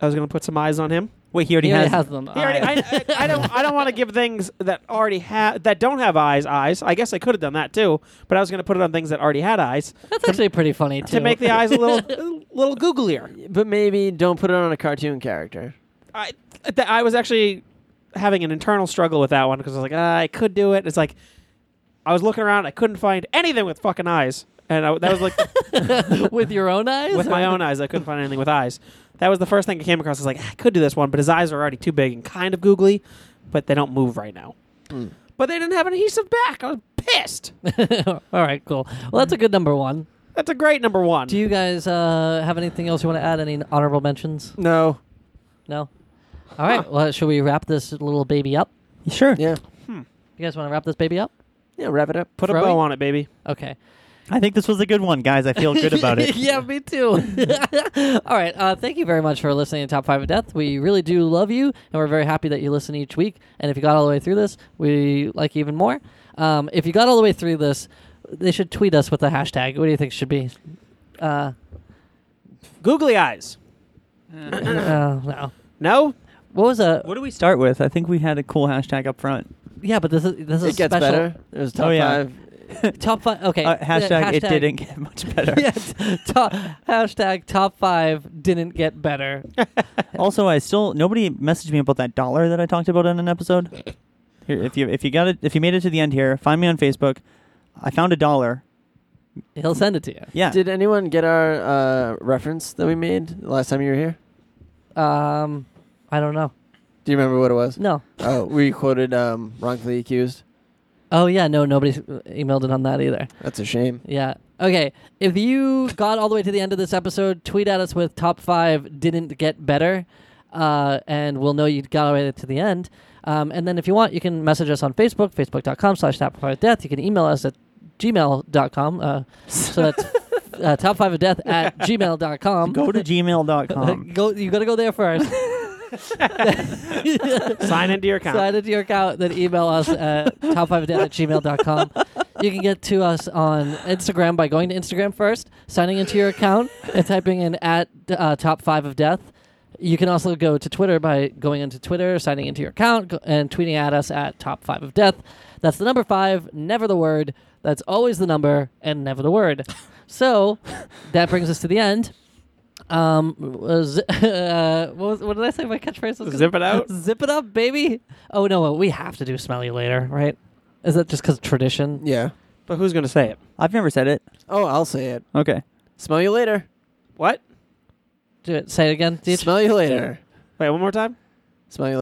I was gonna put some eyes on him.
Wait, he already
He already
has.
has them.
He already- I, I, I don't. I don't want to give things that already have that don't have eyes. Eyes. I guess I could have done that too. But I was gonna put it on things that already had eyes
[LAUGHS] That's actually pretty funny too.
to make the eyes a little little googlier.
But maybe don't put it on a cartoon character.
I th- I was actually having an internal struggle with that one because I was like, ah, I could do it. It's like I was looking around, I couldn't find anything with fucking eyes, and I, that
[LAUGHS]
was like
with your own eyes.
with my own eyes, I couldn't find anything with eyes. That was the first thing I came across. I was like, "Ah, I could do this one, but his eyes are already too big and kind of googly, but they don't move right now.
Hmm.
But they didn't have an adhesive back. I was pissed.
[LAUGHS] All right, cool. Well, that's a good number one.
That's a great number
[LAUGHS]
one.
Do you guys uh, have anything else you want to add? Any honorable mentions?
No.
No. All right. Well, should we wrap this little baby up?
Sure.
Yeah.
You guys want to wrap this baby up?
Yeah, wrap it up.
Put a
Throwy?
bow on it, baby.
Okay.
I think this was a good one, guys. I feel good about it.
[LAUGHS] yeah, me too. All right. Uh, thank you very much for listening to Top 5 of Death. We really do love you, and we're very happy that you listen each week. And if you got all the way through this, we like you even more. Um, if you got all the way through this, they should tweet us with the hashtag. What do you think it should be?
[LAUGHS]
Uh,
Googly eyes.
uh, no.
No?
What was a.
What do we start with? I think we had a cool hashtag up front.
Yeah, but this is, this is
It gets
special.
better. It was top
Oh, yeah.
five.
[LAUGHS] Top 5. Okay.
Uh,
yeah,
hashtag, it
[LAUGHS]
didn't get [LAUGHS] much better.
yeah, t- top, hashtag top five didn't get
[LAUGHS]
better.
Also, I still nobody messaged me about that dollar that I talked about in an episode. Here, if you if you got it, if you made it to the end here, find me on Facebook. I found a dollar.
He'll send it to you.
Yeah,
Did anyone get our uh, reference that we made last time you were here?
Um, I don't know.
Do you remember what it was?
No.
[LAUGHS] Oh, we quoted um, wrongfully accused.
Oh yeah, no, nobody's uh, emailed it on that either.
That's a shame.
Yeah. Okay. If you got all the way to the end of this episode, tweet at us with top five didn't get better, uh, and we'll know you got all the way to the end. Um, and then if you want, you can message us on Facebook, facebook.com slash top five of death. You can email us at gmail.com. Uh, so
[LAUGHS]
that's uh, top five of death at gmail.com.
go to
[LAUGHS]
gmail.com.
Go, you got to go there first.
[LAUGHS]
[LAUGHS]
Sign into your account.
Sign into your account, then email us
[LAUGHS]
at top5death at gmail.com. You can get to us on Instagram by going to Instagram first, signing into your account, and typing in at uh, top five of death. You can also go to Twitter by going into Twitter, signing into your account, go- and tweeting at us at top five of death. That's the number five, never the word. That's always the number and never the word. So that brings us to the end. Um, was, [LAUGHS] uh, what, was, what did I say? My catchphrase was
Zip it out.
[LAUGHS] Zip it up, baby. Oh no, uh, we have to do smell you later, right? Is that just because tradition?
Yeah.
But who's going to say it?
I've never said it.
Oh, I'll say it.
Okay.
Smell you later.
What?
Do it. Say it again. Deej.
Smell you later.
Wait, one more time?
Smell you